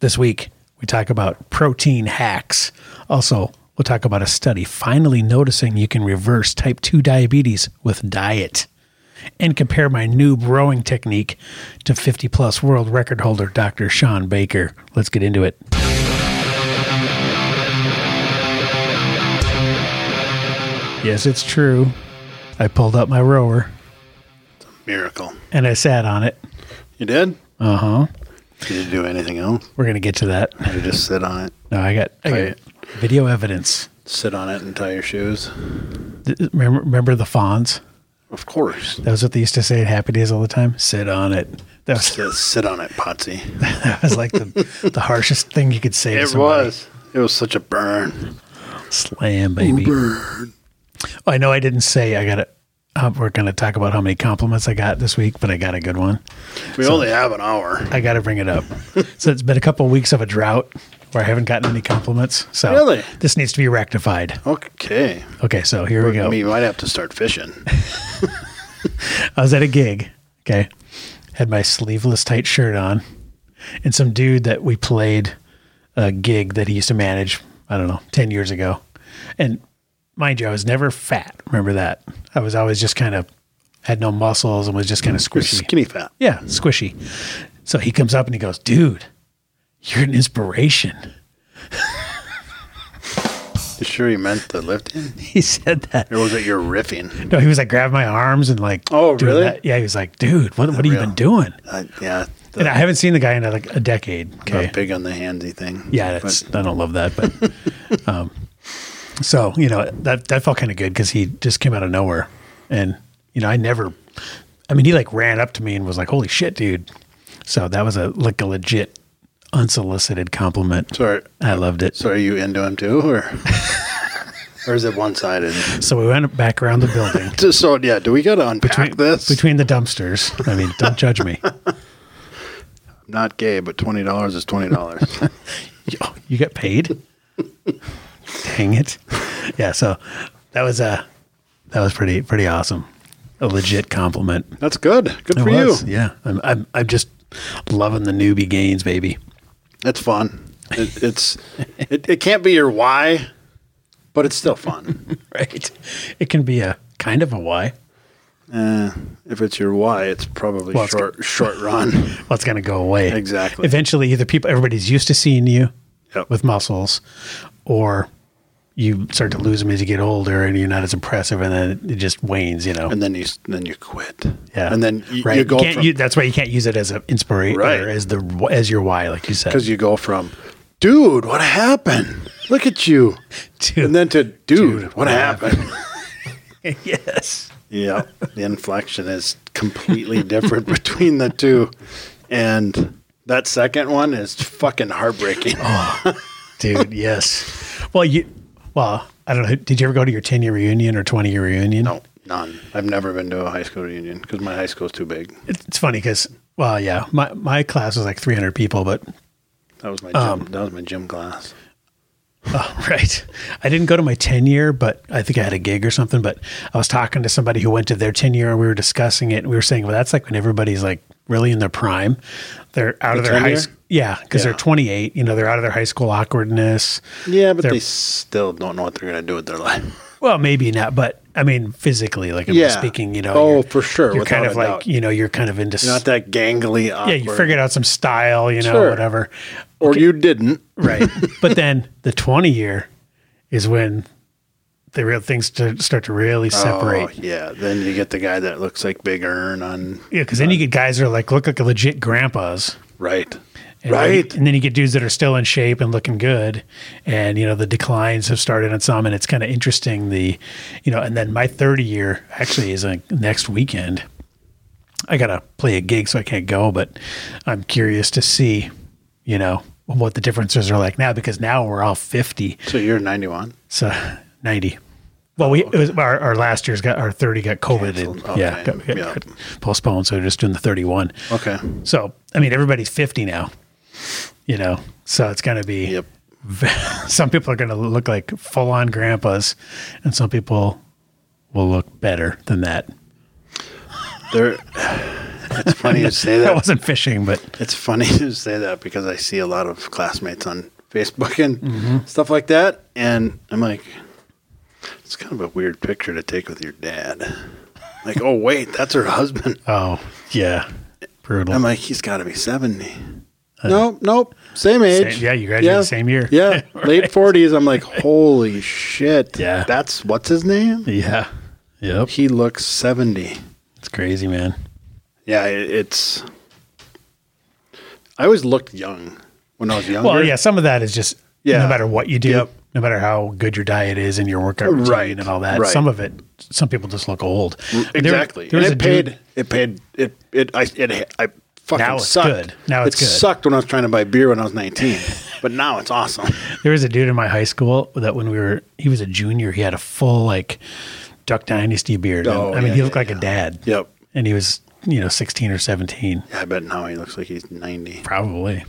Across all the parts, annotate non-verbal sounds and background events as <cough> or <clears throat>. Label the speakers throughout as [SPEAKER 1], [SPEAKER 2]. [SPEAKER 1] This week, we talk about protein hacks. Also, we'll talk about a study finally noticing you can reverse type 2 diabetes with diet and compare my new brewing technique to 50 plus world record holder Dr. Sean Baker. Let's get into it. Yes, it's true. I pulled up my rower
[SPEAKER 2] Miracle.
[SPEAKER 1] and I sat on it.
[SPEAKER 2] You did?
[SPEAKER 1] Uh huh.
[SPEAKER 2] Did you do anything else?
[SPEAKER 1] We're gonna get to that.
[SPEAKER 2] Or just sit on it?
[SPEAKER 1] No, I got, I got
[SPEAKER 2] Right.
[SPEAKER 1] video evidence.
[SPEAKER 2] Sit on it and tie your shoes?
[SPEAKER 1] Th- Remember, remember the fawns?
[SPEAKER 2] Of course.
[SPEAKER 1] That was what they used to say at Happy Days all the time. Sit on it. <laughs> That was,
[SPEAKER 2] Sit, sit on it, Potsy.
[SPEAKER 1] that was like the, the harshest thing you could say. to
[SPEAKER 2] It
[SPEAKER 1] somebody.
[SPEAKER 2] was. It was such a burn.
[SPEAKER 1] Slam, baby. Oh, I know I didn't say I got it. Uh, we're going to talk about how many compliments I got this week, but I got a good one.
[SPEAKER 2] We only have an hour.
[SPEAKER 1] I got to bring it
[SPEAKER 2] <laughs>
[SPEAKER 1] up. so it's been a couple weeks of a drought where I haven't gotten any compliments. So
[SPEAKER 2] Really?
[SPEAKER 1] this needs to be rectified.
[SPEAKER 2] Okay.
[SPEAKER 1] Okay, so here we go.
[SPEAKER 2] I mean, you might have to start fishing. <laughs>
[SPEAKER 1] I was at a gig. Okay. Had my sleeveless tight shirt on. And some dude that we played a gig that he used to manage, I don't know, 10 years ago. And mind you, I was never fat. Remember that? I was always just kind of had no muscles and was just kind of squishy.
[SPEAKER 2] Skinny fat.
[SPEAKER 1] Yeah, squishy. So he comes up and he goes, Dude, you're an inspiration. <laughs>
[SPEAKER 2] You sure you meant the lifting?
[SPEAKER 1] He said that.
[SPEAKER 2] Or was it your riffing?
[SPEAKER 1] No, he was like, grabbing my arms and like,
[SPEAKER 2] Oh,
[SPEAKER 1] doing
[SPEAKER 2] really?
[SPEAKER 1] that. Yeah, he was like, Dude, what, what have you
[SPEAKER 2] Unreal.
[SPEAKER 1] been doing?
[SPEAKER 2] I, yeah. The,
[SPEAKER 1] And I haven't seen the guy in like a decade. Okay.
[SPEAKER 2] Not big on the handsy thing.
[SPEAKER 1] Yeah, that's I don't love that, but <laughs> um, so you know that that felt kind of good because he just came out of nowhere, and you know I never, I mean he like ran up to me and was like, "Holy shit, dude!" So that was a like a legit unsolicited compliment.
[SPEAKER 2] So are,
[SPEAKER 1] I loved it.
[SPEAKER 2] so are you into him too? Or, or is it one sided?
[SPEAKER 1] So we went back around the building
[SPEAKER 2] Just so, yeah, do we got to unpack
[SPEAKER 1] between,
[SPEAKER 2] this?
[SPEAKER 1] between the dumpsters. I mean, don't judge me.
[SPEAKER 2] Not gay, but $20 is $20.
[SPEAKER 1] Yo, you get paid? Dang it. Yeah, so that was uh that was pretty pretty awesome. A legit compliment.
[SPEAKER 2] <laughs> That's good. Good for
[SPEAKER 1] It
[SPEAKER 2] you.
[SPEAKER 1] was, Yeah, I'm, I'm, I'm just loving the newbie gains, baby. <laughs>
[SPEAKER 2] That's fun. <laughs> It, it's it, it can't be your why, but it's still <laughs> fun.
[SPEAKER 1] Right. It can be a kind of a why.
[SPEAKER 2] uh, if it's your why, it's probably
[SPEAKER 1] Well, it's
[SPEAKER 2] short short
[SPEAKER 1] <laughs>
[SPEAKER 2] run.
[SPEAKER 1] Well, it's going to go away.
[SPEAKER 2] Exactly.
[SPEAKER 1] Eventually, either people, everybody's used to seeing you
[SPEAKER 2] Yep.
[SPEAKER 1] with muscles, or you start to lose them as you get older and you're not as impressive, and then it just wanes, you know.
[SPEAKER 2] and then you s- then you quit.
[SPEAKER 1] yeah.
[SPEAKER 2] And then you,
[SPEAKER 1] right.
[SPEAKER 2] you go
[SPEAKER 1] can't,
[SPEAKER 2] from
[SPEAKER 1] you, that's why you can't use it as an inspiration
[SPEAKER 2] Right.
[SPEAKER 1] or as, the, as your why, like you said.
[SPEAKER 2] because you go from, dude, what happened? Look at you.
[SPEAKER 1] <laughs> Dude.
[SPEAKER 2] And then to dude, what happened?
[SPEAKER 1] yes.
[SPEAKER 2] yeah. The inflection is completely different <laughs> between the two, and that second one is fucking heartbreaking.
[SPEAKER 1] Oh. dude. Yes. <laughs> Well, you. Well, I don't know. Did you ever go to your ten year reunion or twenty year reunion?
[SPEAKER 2] No, none. I've never been to a high school reunion because my high school's too big.
[SPEAKER 1] It- It's funny because well, yeah, my my class was like three hundred people, but
[SPEAKER 2] That was my gym,
[SPEAKER 1] Um,
[SPEAKER 2] that was my gym class.
[SPEAKER 1] oh, <laughs> right, I didn't go to my ten year, but I think I had a gig or something. But I was talking to somebody who went to their ten year, and we were discussing it, and we were saying, well, that's like when everybody's like really in their prime, they're out of their
[SPEAKER 2] 10
[SPEAKER 1] high
[SPEAKER 2] year?
[SPEAKER 1] school. Yeah, because
[SPEAKER 2] Yeah.
[SPEAKER 1] they're 28. You know, they're out of their high school awkwardness.
[SPEAKER 2] Yeah, but
[SPEAKER 1] They're-
[SPEAKER 2] they still don't know what they're gonna do with their life.
[SPEAKER 1] Well, maybe not, but I mean, physically, like I'm
[SPEAKER 2] Yeah.
[SPEAKER 1] speaking, you know.
[SPEAKER 2] Oh,
[SPEAKER 1] you're-
[SPEAKER 2] for sure,
[SPEAKER 1] You're kind
[SPEAKER 2] without
[SPEAKER 1] of
[SPEAKER 2] a
[SPEAKER 1] like,
[SPEAKER 2] doubt.
[SPEAKER 1] you know, you're kind of into. s-
[SPEAKER 2] Not that gangly. Awkward.
[SPEAKER 1] yeah, you figured out some style, you know,
[SPEAKER 2] Sure.
[SPEAKER 1] whatever.
[SPEAKER 2] or you didn't. <laughs>
[SPEAKER 1] Right. but then the 20 year is when the real things to start to really separate.
[SPEAKER 2] Oh, yeah. Then you get the guy that looks like Big Earn on
[SPEAKER 1] Yeah, because then you get guys that are like, look like legit grandpas.
[SPEAKER 2] right,
[SPEAKER 1] And
[SPEAKER 2] right.
[SPEAKER 1] Then, and then you get dudes that are still in shape and looking good. And, you know, the declines have started on some. And it's kind of interesting. The, you know, and then my 30 year actually is like next weekend. I got to play a gig, so I can't go, but I'm curious to see, you know, what the differences are like now because now we're all 50.
[SPEAKER 2] So you're 91.
[SPEAKER 1] So 90. Well, we it was our, our last year's got our 30 got COVID and
[SPEAKER 2] Canceled. Okay.
[SPEAKER 1] yeah, got, got-
[SPEAKER 2] Yeah.
[SPEAKER 1] got postponed. So we're just doing the 31.
[SPEAKER 2] Okay.
[SPEAKER 1] So, I mean, everybody's 50 now, you know, so it's going to be,
[SPEAKER 2] Yep.
[SPEAKER 1] some people are going to look like full on grandpas and some people will look better than that.
[SPEAKER 2] There. <sighs> It's funny you say
[SPEAKER 1] I <laughs>
[SPEAKER 2] that.
[SPEAKER 1] wasn't fishing, but
[SPEAKER 2] It's funny <laughs> to say that because I see a lot of classmates on Facebook and
[SPEAKER 1] Mm-hmm.
[SPEAKER 2] stuff like that, and I'm like, it's kind of a weird picture to take with your dad. Like, oh wait, that's
[SPEAKER 1] <laughs>
[SPEAKER 2] her husband.
[SPEAKER 1] oh yeah, brutal.
[SPEAKER 2] I'm like, he's got to be seventy. nope, nope, same age.
[SPEAKER 1] Uh, yeah, you graduated the same year. <laughs>
[SPEAKER 2] Yeah, late forties. I'm like, holy shit.
[SPEAKER 1] Yeah.
[SPEAKER 2] that's what's his name.
[SPEAKER 1] yeah, yep.
[SPEAKER 2] He looks seventy.
[SPEAKER 1] It's crazy, man.
[SPEAKER 2] Yeah, it, it's. I always looked young when I was younger.
[SPEAKER 1] Well, yeah, some of that is just
[SPEAKER 2] Yeah.
[SPEAKER 1] no matter what you do,
[SPEAKER 2] Yep.
[SPEAKER 1] no matter how good your diet is and your workout routine
[SPEAKER 2] Right,
[SPEAKER 1] and all that.
[SPEAKER 2] right.
[SPEAKER 1] Some of it, some people just look old. There-
[SPEAKER 2] Exactly.
[SPEAKER 1] there was
[SPEAKER 2] and
[SPEAKER 1] a
[SPEAKER 2] it
[SPEAKER 1] dude-
[SPEAKER 2] paid. It paid. It it I it I fucking
[SPEAKER 1] Now it's
[SPEAKER 2] sucked.
[SPEAKER 1] good. Now it's
[SPEAKER 2] it
[SPEAKER 1] good.
[SPEAKER 2] sucked when I was trying to buy beer when I
[SPEAKER 1] <laughs>
[SPEAKER 2] was 19, but now it's awesome.
[SPEAKER 1] There was a dude in my high school that when we were, he was a junior, he had a full like Duck Dynasty beard. And,
[SPEAKER 2] Oh,
[SPEAKER 1] I mean,
[SPEAKER 2] yeah,
[SPEAKER 1] he looked
[SPEAKER 2] yeah,
[SPEAKER 1] like a dad.
[SPEAKER 2] Yep.
[SPEAKER 1] And he was, you know, 16 or 17,
[SPEAKER 2] Yeah, I bet now he looks like he's 90.
[SPEAKER 1] probably.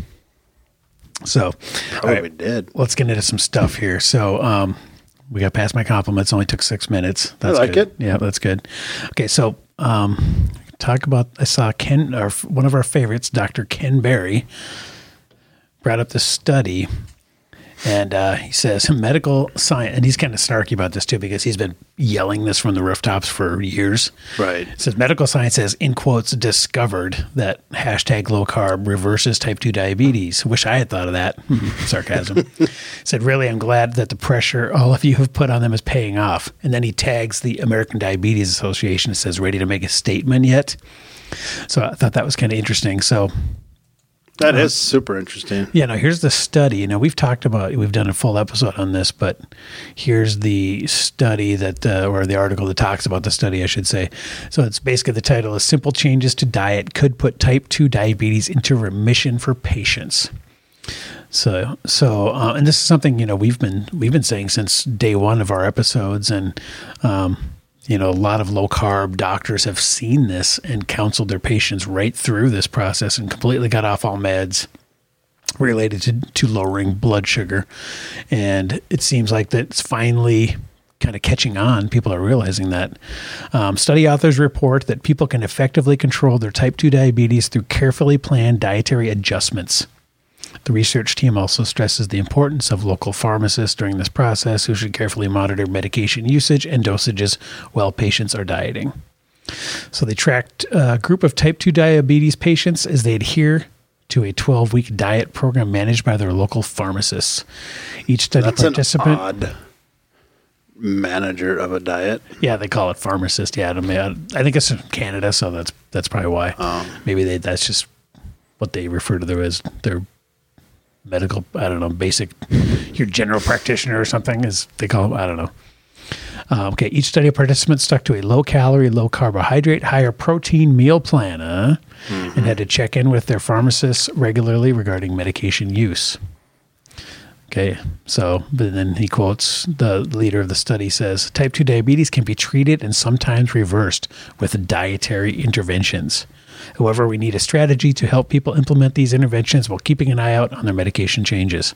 [SPEAKER 1] So, all
[SPEAKER 2] Probably
[SPEAKER 1] right,
[SPEAKER 2] did.
[SPEAKER 1] let's get into some stuff here. So, um, we got past my compliments. Only took six minutes. That's
[SPEAKER 2] like
[SPEAKER 1] good.
[SPEAKER 2] it.
[SPEAKER 1] Yeah, that's good. Okay, so um, talk about. I saw Ken, our, one of our favorites, Dr. Ken Berry, brought up this study, and uh, he says medical science, and he's kind of snarky about this too because he's been yelling this from the rooftops for years.
[SPEAKER 2] Right.
[SPEAKER 1] It says medical science has, in quotes, discovered that hashtag low carb reverses type 2 diabetes. Wish I had thought of that. <laughs> Sarcasm. said, really, I'm glad that the pressure all of you have put on them is paying off. And then he tags the American Diabetes Association and says, ready to make a statement yet? So I thought that was kind of interesting. So
[SPEAKER 2] That is super interesting.
[SPEAKER 1] yeah, no, here's the study. Now, we've talked about, we've done a full episode on this, but here's the study that, uh, or the article that talks about the study, I should say. So it's basically the title is Simple Changes to Diet Could Put Type 2 Diabetes into Remission for Patients. So, so, uh, and this is something you know we've been we've been saying since day one of our episodes, and um, you know a lot of low carb doctors have seen this and counseled their patients right through this process and completely got off all meds related to, to lowering blood sugar. And it seems like that's finally kind of catching on. People are realizing that. Um, study authors report that people can effectively control their type 2 diabetes through carefully planned dietary adjustments. The research team also stresses the importance of local pharmacists during this process who should carefully monitor medication usage and dosages while patients are dieting. So they tracked a group of type 2 diabetes patients as they adhere to a 12 week diet program managed by their local pharmacists. Each study
[SPEAKER 2] That's an
[SPEAKER 1] participant.
[SPEAKER 2] odd manager of a diet.
[SPEAKER 1] Yeah, they call it pharmacist. Yeah, I, mean, I think it's in Canada, so that's that's probably why. Maybe they, that's just what they refer to their as their medical. I don't know, basic, your general practitioner or something is they call them. I don't know. Uh, okay, each study participant stuck to a low calorie, low carbohydrate, higher protein meal plan, uh, and had to check in with their pharmacists regularly regarding medication use. Okay, so but then he quotes the leader of the study says type 2 diabetes can be treated and sometimes reversed with dietary interventions. However, we need a strategy to help people implement these interventions while keeping an eye out on their medication changes.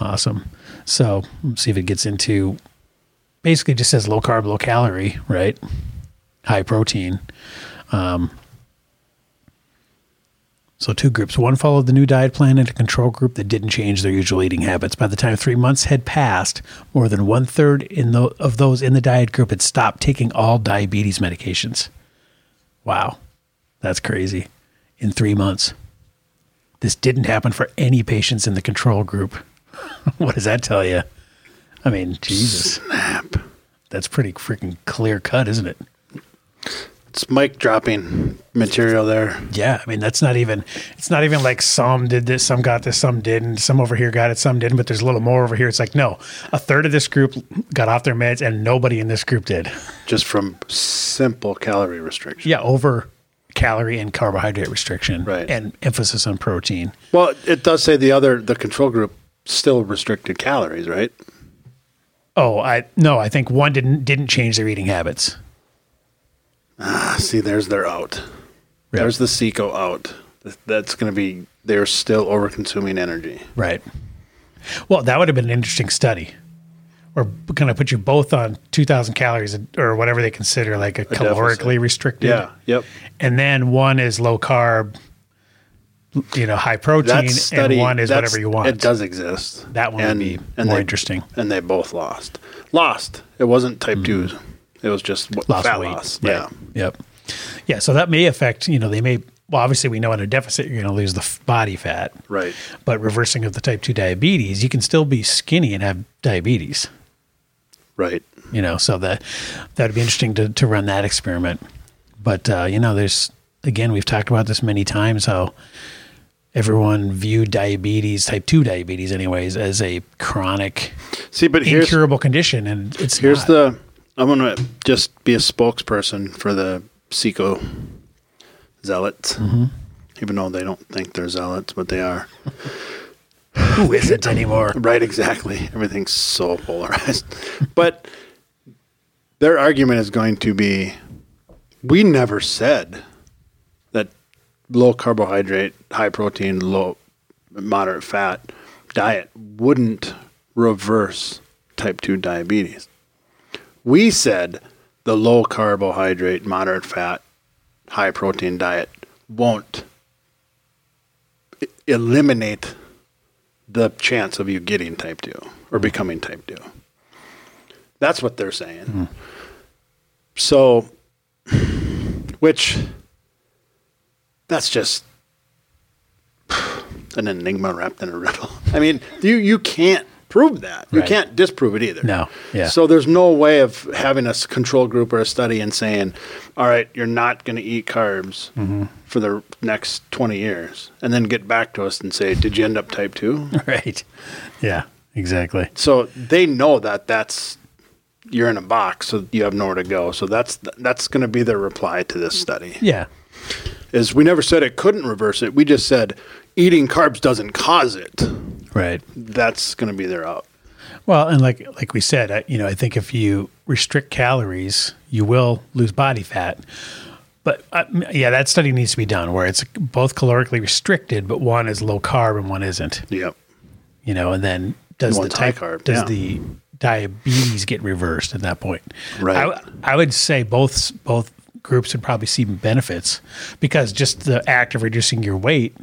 [SPEAKER 1] Awesome. So let's see if it gets into basically just says low carb, low calorie, right? High protein. So, two groups. One followed the new diet plan, and a control group that didn't change their usual eating habits. By the time three months had passed, more than one third in tho- of those in the diet group had stopped taking all diabetes medications. Wow, that's crazy. In three months. This didn't happen for any patients in the control group. <laughs> what does that tell you? I mean, Jesus,
[SPEAKER 2] Snap.
[SPEAKER 1] that's pretty freaking clear cut, isn't it?
[SPEAKER 2] It's mic dropping material there.
[SPEAKER 1] Yeah, I mean that's not even it's not even like some did this, some got this, some didn't, some over here got it, some didn't, but there's a little more over here. It's like no, a third of this group got off their meds and nobody in this group did.
[SPEAKER 2] Just from simple calorie restriction.
[SPEAKER 1] Yeah, over calorie and carbohydrate restriction
[SPEAKER 2] Right.
[SPEAKER 1] and emphasis on protein.
[SPEAKER 2] Well, it does say the other the control group still restricted calories, right?
[SPEAKER 1] Oh, I no, I think one didn't didn't change their eating habits.
[SPEAKER 2] Ah, see, there's their out. There's the Seco out. Th- That's going to be, they're still over consuming energy.
[SPEAKER 1] Right. Well, that would have been an interesting study. or going to put you both on 2,000 calories or whatever they consider like a, calorically
[SPEAKER 2] deficit.
[SPEAKER 1] restricted.
[SPEAKER 2] Yeah. Yep.
[SPEAKER 1] And then one is low carb, you know, high protein,
[SPEAKER 2] That study.
[SPEAKER 1] and one is
[SPEAKER 2] that's-
[SPEAKER 1] whatever you want.
[SPEAKER 2] It does exist.
[SPEAKER 1] That one would be more interesting.
[SPEAKER 2] And they both lost. Lost. It wasn't type twos. It was just what,
[SPEAKER 1] lost
[SPEAKER 2] fat
[SPEAKER 1] weight.
[SPEAKER 2] loss.
[SPEAKER 1] Right.
[SPEAKER 2] Yeah.
[SPEAKER 1] Yep. Yeah. So that may affect, you know, they may, well, obviously we know in a deficit, you're going to lose the f- body fat.
[SPEAKER 2] Right.
[SPEAKER 1] But reversing of the type 2 diabetes, you can still be skinny and have diabetes,
[SPEAKER 2] Right.
[SPEAKER 1] you know, so that that'd be interesting to, to run that experiment. But, uh, you know, there's, again, we've talked about this many times how everyone viewed diabetes, type 2 diabetes, anyways, as a chronic,
[SPEAKER 2] See, but here's
[SPEAKER 1] incurable condition. And it's
[SPEAKER 2] here's
[SPEAKER 1] not.
[SPEAKER 2] the. I'm gonna just be a spokesperson for the Seco zealots, even though they don't think they're zealots, but they are. <laughs>
[SPEAKER 1] who isn't anymore. <laughs>
[SPEAKER 2] Right, exactly. Everything's so polarized. <laughs> but their argument is going to be we never said that low carbohydrate, high protein, low moderate fat diet wouldn't reverse type 2 diabetes. We said the low carbohydrate, moderate fat, high protein diet won't e- eliminate the chance of you getting type 2 or becoming type 2. That's what they're saying. So, which that's just an enigma wrapped in a riddle. I mean, you you can't prove that. You
[SPEAKER 1] Right.
[SPEAKER 2] can't disprove it either.
[SPEAKER 1] No, yeah.
[SPEAKER 2] So there's no way of having a s- control group or a study and saying, "All right, you're not going to eat carbs
[SPEAKER 1] Mm-hmm.
[SPEAKER 2] for the next 20 years," and then get back to us and say, "Did you end up
[SPEAKER 1] <laughs>
[SPEAKER 2] type 2?"
[SPEAKER 1] Right. Yeah, exactly.
[SPEAKER 2] so they know that that's you're in a box so you have nowhere to go so that's that's going to be their reply to this study
[SPEAKER 1] Yeah.
[SPEAKER 2] is we never said it couldn't reverse it we just said eating carbs doesn't cause it
[SPEAKER 1] Right.
[SPEAKER 2] that's going to be their out
[SPEAKER 1] Well, and like like we said, I, you know, I think if you restrict calories, you will lose body fat. But uh, m- yeah, that study needs to be done where it's both calorically restricted, but one is low carb and one isn't.
[SPEAKER 2] yep
[SPEAKER 1] You know, and then does the
[SPEAKER 2] One's high
[SPEAKER 1] type
[SPEAKER 2] carb,
[SPEAKER 1] does
[SPEAKER 2] yeah.
[SPEAKER 1] the diabetes get reversed at that point?
[SPEAKER 2] Right.
[SPEAKER 1] I, w- I would say both both groups would probably see benefits because just the act of reducing your weight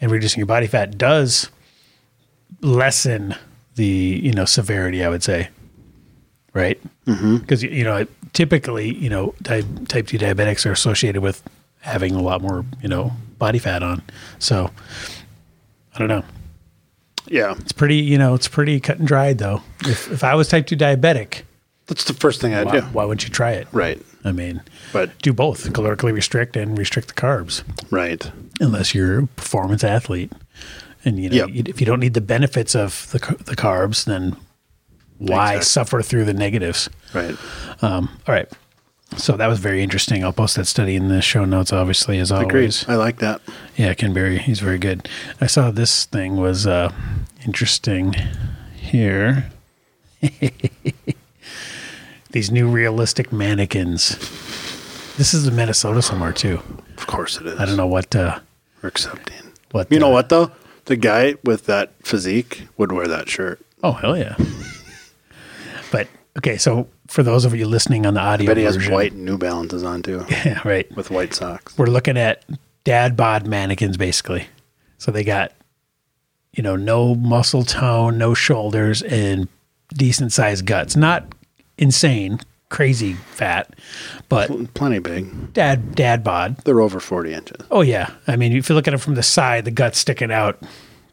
[SPEAKER 1] and reducing your body fat does lessen the you know severity i would say right
[SPEAKER 2] Mm-hmm.
[SPEAKER 1] because you know typically you know type, type 2 diabetics are associated with having a lot more you know body fat on so i don't know
[SPEAKER 2] yeah
[SPEAKER 1] it's pretty you know it's pretty cut and dried though if, if i was type 2 diabetic
[SPEAKER 2] that's the first thing i
[SPEAKER 1] why,
[SPEAKER 2] do
[SPEAKER 1] why wouldn't you try it
[SPEAKER 2] right
[SPEAKER 1] i mean
[SPEAKER 2] but
[SPEAKER 1] do both calorically restrict and restrict the carbs
[SPEAKER 2] right
[SPEAKER 1] unless you're a performance athlete. And you know,
[SPEAKER 2] Yep.
[SPEAKER 1] you- if you don't need the benefits of the ca- the carbs, then why
[SPEAKER 2] Exactly.
[SPEAKER 1] suffer through the negatives?
[SPEAKER 2] right
[SPEAKER 1] Um, all right. So that was very interesting. I'll post that study in the show notes, obviously, as always.
[SPEAKER 2] agreed i like that
[SPEAKER 1] Yeah, Kenberry, he's very good. I saw this thing was uh, interesting here. <laughs> These new realistic mannequins. This is in Minnesota somewhere too.
[SPEAKER 2] of course it is
[SPEAKER 1] I don't know what uh,
[SPEAKER 2] we're accepting
[SPEAKER 1] what
[SPEAKER 2] you know
[SPEAKER 1] uh,
[SPEAKER 2] what though the guy with that physique would wear that shirt
[SPEAKER 1] Oh hell yeah! but okay, so for those of you listening on the audio
[SPEAKER 2] but he has
[SPEAKER 1] version,
[SPEAKER 2] white new balances on too
[SPEAKER 1] <laughs> yeah, right?
[SPEAKER 2] with white socks
[SPEAKER 1] We're looking at dad bod mannequins basically. So they got you know no muscle tone, no shoulders, and decent sized guts. Not insane, crazy fat, but
[SPEAKER 2] plenty big
[SPEAKER 1] dad dad bod.
[SPEAKER 2] They're over 40 inches.
[SPEAKER 1] Oh yeah, I mean if you look at it from the side, the guts sticking out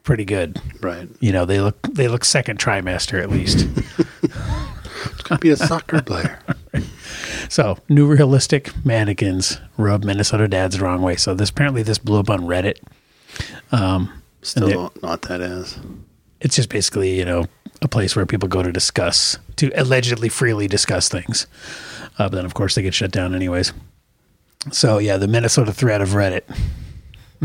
[SPEAKER 1] pretty good.
[SPEAKER 2] Right.
[SPEAKER 1] You know they look they look second trimester at least.
[SPEAKER 2] It's going to be a soccer player.
[SPEAKER 1] <laughs> So, new realistic mannequins rub Minnesota dads the wrong way. So, this apparently this blew up on Reddit.
[SPEAKER 2] Still
[SPEAKER 1] they-
[SPEAKER 2] don't know what that is.
[SPEAKER 1] It's just basically, you know, a place where people go to discuss, to allegedly freely discuss things. Uh, but then, of course, they get shut down anyways. So, yeah, the Minnesota thread of Reddit. <laughs>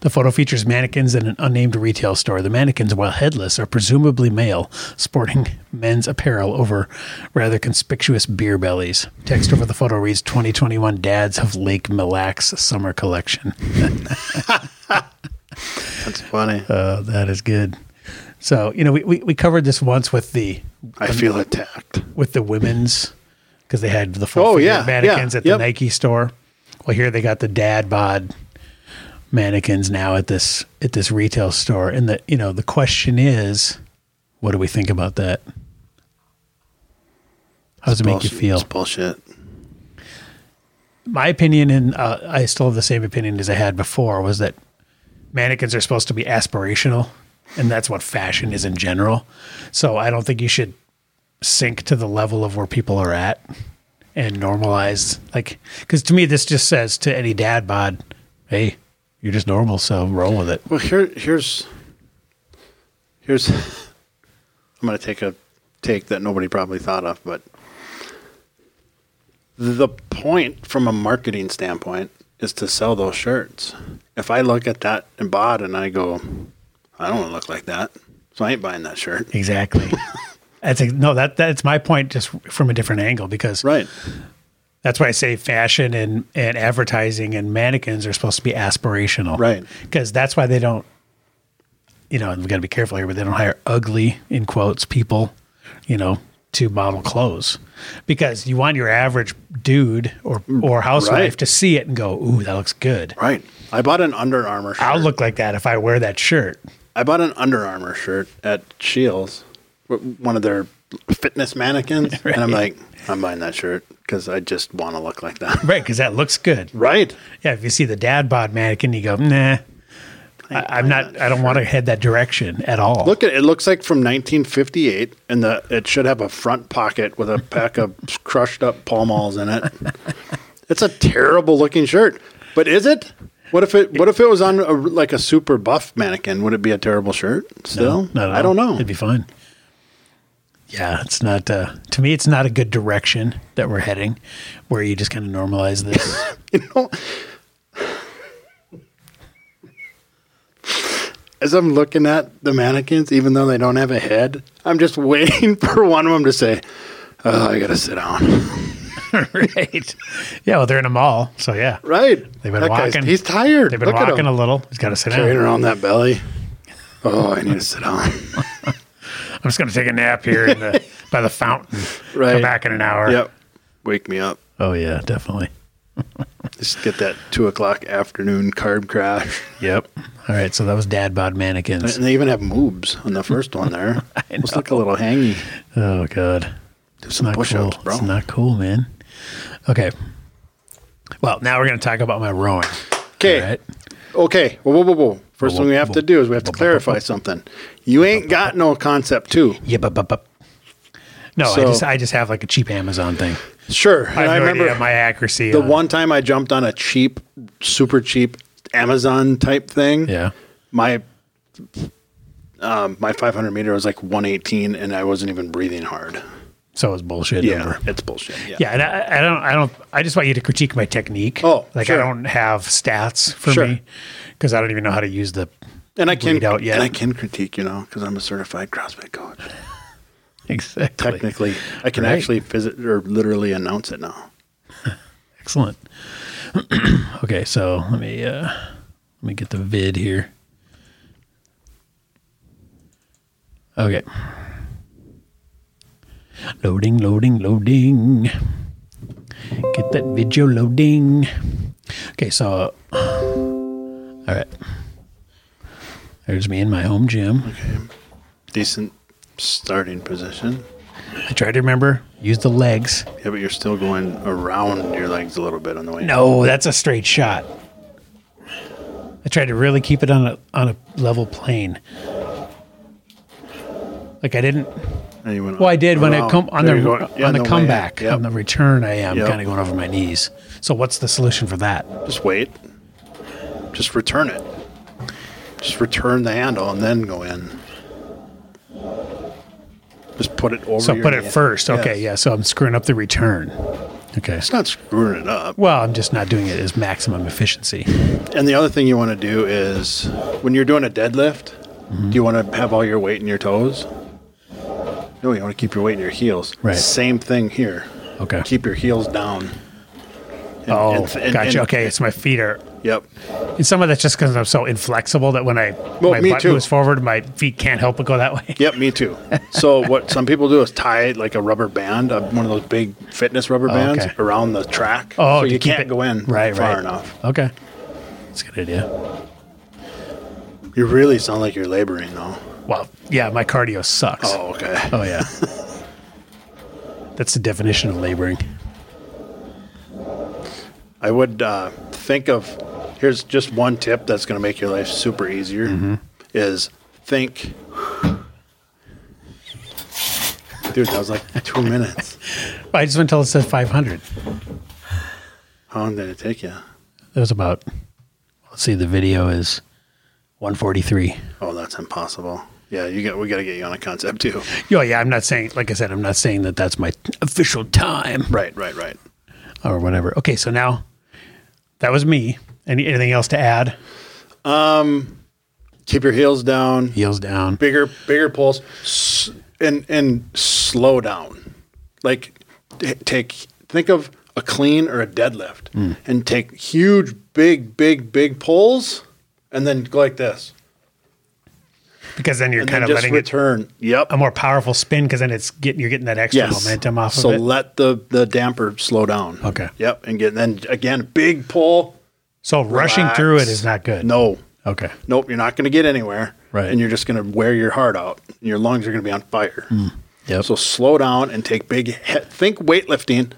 [SPEAKER 1] The photo features mannequins in an unnamed retail store. The mannequins, while headless, are presumably male, sporting men's apparel over rather conspicuous beer bellies. Text over the photo reads 2021 Dads of Lake Mille Lacs Summer Collection.
[SPEAKER 2] That's funny.
[SPEAKER 1] Uh, that is good. So you know, we, we, we covered this once with the
[SPEAKER 2] I feel attacked.
[SPEAKER 1] with the women's because they had the full
[SPEAKER 2] Oh,
[SPEAKER 1] figure
[SPEAKER 2] yeah,
[SPEAKER 1] mannequins
[SPEAKER 2] yeah,
[SPEAKER 1] at the
[SPEAKER 2] yep.
[SPEAKER 1] Nike store. Well, here they got the dad bod mannequins now at this at this retail store, and the you know the question is, what do we think about that? How does it make you
[SPEAKER 2] Bullshit.
[SPEAKER 1] feel?
[SPEAKER 2] It's bullshit.
[SPEAKER 1] My opinion, and uh, I still have the same opinion as I had before, was that mannequins are supposed to be aspirational, and that's what fashion is in general. So I don't think you should sink to the level of where people are at and normalize like because to me this just says to any dad bod hey you're just normal so roll with it
[SPEAKER 2] Well, here, here's here's <laughs> I'm going to take a take that nobody probably thought of, but the point from a marketing standpoint is to sell those shirts. If I look at that and bod and I go, I don't want to look like that, so I ain't buying that shirt.
[SPEAKER 1] exactly <laughs> that's a, no that that's my point just from a different angle because
[SPEAKER 2] Right.
[SPEAKER 1] That's why I say fashion and, and advertising and mannequins are supposed to be aspirational.
[SPEAKER 2] Right.
[SPEAKER 1] Because that's why they don't, you know, and we got to be careful here, but they don't hire ugly, in quotes, people, you know, to model clothes. Because you want your average dude or, or housewife
[SPEAKER 2] Mm, Right.
[SPEAKER 1] to see it and go, ooh, that looks good.
[SPEAKER 2] Right. I bought an Under Armour shirt.
[SPEAKER 1] I'll look like that if I wear that shirt.
[SPEAKER 2] I bought an Under Armour shirt at Shields, w- one of their fitness mannequins,
[SPEAKER 1] <laughs>
[SPEAKER 2] and I'm like, I'm buying that shirt because I just want to look like that. <laughs>
[SPEAKER 1] Right. Because that looks good.
[SPEAKER 2] right.
[SPEAKER 1] Yeah. If you see the dad bod mannequin, you go, nah, I, I'm not, I don't want to head that direction at all.
[SPEAKER 2] Look at it looks like from 1958, and the it should have a front pocket with a pack of <laughs> crushed up Pall Malls in it. <laughs> It's a terrible looking shirt, but is it? What if it? What if it was on a, like a super buff mannequin? Would it be a terrible shirt? Still,
[SPEAKER 1] No, not at
[SPEAKER 2] I don't
[SPEAKER 1] all.
[SPEAKER 2] know.
[SPEAKER 1] It'd be fun. Yeah, it's not. Uh, to me, it's not a good direction that we're heading, where you just kind of normalize
[SPEAKER 2] <laughs>
[SPEAKER 1] this.
[SPEAKER 2] <laughs> As I'm looking at the mannequins, even though they don't have a head, I'm just <laughs> waiting for one of them to say, "Oh, I gotta sit down."
[SPEAKER 1] right? Yeah. Well, they're in a mall, so yeah,
[SPEAKER 2] Right?
[SPEAKER 1] They've been
[SPEAKER 2] That guy's-
[SPEAKER 1] walking.
[SPEAKER 2] He's tired.
[SPEAKER 1] they've been
[SPEAKER 2] Look at
[SPEAKER 1] walking
[SPEAKER 2] him.
[SPEAKER 1] a little. He's got to sit
[SPEAKER 2] carrying
[SPEAKER 1] down.
[SPEAKER 2] around that belly. Oh, I need to sit down.
[SPEAKER 1] I'm just going to take a nap here in the, by the fountain.
[SPEAKER 2] Right.
[SPEAKER 1] Come back in an hour.
[SPEAKER 2] <laughs> yep. Wake me up.
[SPEAKER 1] Oh yeah, definitely.
[SPEAKER 2] Just get that two o'clock afternoon carb crash.
[SPEAKER 1] Yep. All right. So that was dad bod mannequins.
[SPEAKER 2] And they even have moobs on the first one <laughs> there. Looks like a little hangy.
[SPEAKER 1] Oh god.
[SPEAKER 2] Do
[SPEAKER 1] It's
[SPEAKER 2] some
[SPEAKER 1] not
[SPEAKER 2] push
[SPEAKER 1] cool.
[SPEAKER 2] ups, bro.
[SPEAKER 1] It's not cool, man. Okay. Well, now we're going to talk about my rowing.
[SPEAKER 2] Okay.
[SPEAKER 1] All right.
[SPEAKER 2] Okay. Whoa, whoa, whoa, whoa. First
[SPEAKER 1] Whoa,
[SPEAKER 2] thing we
[SPEAKER 1] whoa,
[SPEAKER 2] have
[SPEAKER 1] whoa.
[SPEAKER 2] to do is we have to
[SPEAKER 1] <laughs>
[SPEAKER 2] clarify something. You ain't got no concept two.
[SPEAKER 1] Yep, up, up, up. No, I
[SPEAKER 2] So-
[SPEAKER 1] just I just have like a cheap Amazon thing.
[SPEAKER 2] Sure. And
[SPEAKER 1] I have
[SPEAKER 2] I
[SPEAKER 1] no
[SPEAKER 2] remember
[SPEAKER 1] idea my accuracy.
[SPEAKER 2] the
[SPEAKER 1] on-
[SPEAKER 2] one time I jumped on a cheap, super cheap Amazon type thing.
[SPEAKER 1] Yeah.
[SPEAKER 2] my um, my 500 meter was like 118 and i wasn't even breathing hard
[SPEAKER 1] So it's bullshit.
[SPEAKER 2] yeah
[SPEAKER 1] number.
[SPEAKER 2] it's bullshit yeah,
[SPEAKER 1] Yeah, and I, I don't, I don't, I just want you to critique my technique.
[SPEAKER 2] Oh,
[SPEAKER 1] like
[SPEAKER 2] sure.
[SPEAKER 1] I don't have stats for
[SPEAKER 2] Sure.
[SPEAKER 1] me because I don't even know how to use the
[SPEAKER 2] and i can
[SPEAKER 1] Bleed out yet.
[SPEAKER 2] and i can critique you know because i'm a certified crossfit coach
[SPEAKER 1] exactly.
[SPEAKER 2] technically i can
[SPEAKER 1] Right.
[SPEAKER 2] actually visit or literally announce it now
[SPEAKER 1] Excellent. <clears throat> okay, so let me uh, let me get the vid here. Okay. Loading, loading, loading. Get that video loading. Okay, so all right. There's me in my home gym.
[SPEAKER 2] okay decent starting position
[SPEAKER 1] I try to remember use the legs.
[SPEAKER 2] yeah but you're still going around your legs a little bit on the way
[SPEAKER 1] No, that's a straight shot. I tried to really keep it on a on a level plane. Like I didn't.
[SPEAKER 2] And you went
[SPEAKER 1] Well, I did when I
[SPEAKER 2] around.
[SPEAKER 1] come on
[SPEAKER 2] There
[SPEAKER 1] the
[SPEAKER 2] you go. Yeah,
[SPEAKER 1] on the
[SPEAKER 2] way
[SPEAKER 1] comeback
[SPEAKER 2] in. Yep.
[SPEAKER 1] on the return. I am
[SPEAKER 2] Yep.
[SPEAKER 1] kind of going over my knees. So what's the solution for that?
[SPEAKER 2] just wait just return it just return the handle and then go in just put it over
[SPEAKER 1] So
[SPEAKER 2] your
[SPEAKER 1] put it
[SPEAKER 2] hand.
[SPEAKER 1] first.
[SPEAKER 2] Yes.
[SPEAKER 1] Okay, yeah. So I'm screwing up the return. Okay.
[SPEAKER 2] it's not screwing it up
[SPEAKER 1] Well, I'm just not doing it as maximum efficiency.
[SPEAKER 2] and the other thing you want to do is when you're doing a deadlift
[SPEAKER 1] Mm-hmm.
[SPEAKER 2] do you want to have all your weight in your toes no you want to keep your weight in your heels
[SPEAKER 1] Right.
[SPEAKER 2] same thing here
[SPEAKER 1] Okay.
[SPEAKER 2] keep your heels down And-
[SPEAKER 1] oh,
[SPEAKER 2] and th- and-
[SPEAKER 1] gotcha.
[SPEAKER 2] and-
[SPEAKER 1] okay, it's my feet are
[SPEAKER 2] Yep.
[SPEAKER 1] And some of that's just because I'm so inflexible that when I
[SPEAKER 2] Well,
[SPEAKER 1] my
[SPEAKER 2] me
[SPEAKER 1] butt
[SPEAKER 2] too.
[SPEAKER 1] moves forward, my feet can't help but go that <laughs> way.
[SPEAKER 2] Yep, me too. So <laughs> what some people do is tie like a rubber band, uh, one of those big fitness rubber bands,
[SPEAKER 1] Oh, okay. Oh,
[SPEAKER 2] around the track. so
[SPEAKER 1] to
[SPEAKER 2] you
[SPEAKER 1] keep
[SPEAKER 2] can't
[SPEAKER 1] it-
[SPEAKER 2] go in
[SPEAKER 1] right,
[SPEAKER 2] far
[SPEAKER 1] right.
[SPEAKER 2] enough.
[SPEAKER 1] Okay, that's a good idea.
[SPEAKER 2] You really sound like you're laboring though.
[SPEAKER 1] Well, yeah, my cardio sucks. Oh,
[SPEAKER 2] Oh, okay.
[SPEAKER 1] yeah, that's the definition of laboring.
[SPEAKER 2] I would uh, think of here's just one tip that's going to make your life super easier
[SPEAKER 1] Mm-hmm.
[SPEAKER 2] is think. Dude, that was like two minutes.
[SPEAKER 1] I just went until it said 500.
[SPEAKER 2] How long did it take you?
[SPEAKER 1] That was about. Let's see, the video is 143.
[SPEAKER 2] Oh, that's impossible. Yeah, you got. We got to get you on a
[SPEAKER 1] <laughs>
[SPEAKER 2] concept too.
[SPEAKER 1] Oh yeah, I'm not saying. Like I said, I'm not saying that that's my official time.
[SPEAKER 2] Right, right, right.
[SPEAKER 1] or whatever. Okay, so now that was me. Any anything else to add?
[SPEAKER 2] Keep your heels down.
[SPEAKER 1] Heels down.
[SPEAKER 2] bigger bigger pulls s- and and slow down like t- take think of a clean or a deadlift
[SPEAKER 1] Hmm.
[SPEAKER 2] and take huge big big big pulls and then go like this
[SPEAKER 1] Because then you're
[SPEAKER 2] and
[SPEAKER 1] kind
[SPEAKER 2] then
[SPEAKER 1] of
[SPEAKER 2] just
[SPEAKER 1] letting it
[SPEAKER 2] return yep
[SPEAKER 1] a more powerful spin because then it's getting you're getting that extra momentum off
[SPEAKER 2] so
[SPEAKER 1] of it.
[SPEAKER 2] let the the damper slow down
[SPEAKER 1] Okay.
[SPEAKER 2] yep and get then again big pull
[SPEAKER 1] So rushing
[SPEAKER 2] relax.
[SPEAKER 1] through it is not good.
[SPEAKER 2] no
[SPEAKER 1] Okay.
[SPEAKER 2] nope you're not going to get anywhere
[SPEAKER 1] Right.
[SPEAKER 2] and you're just going to wear your heart out and your lungs are going to be on fire
[SPEAKER 1] Hmm. Yep.
[SPEAKER 2] So slow down and take big. He- think weightlifting,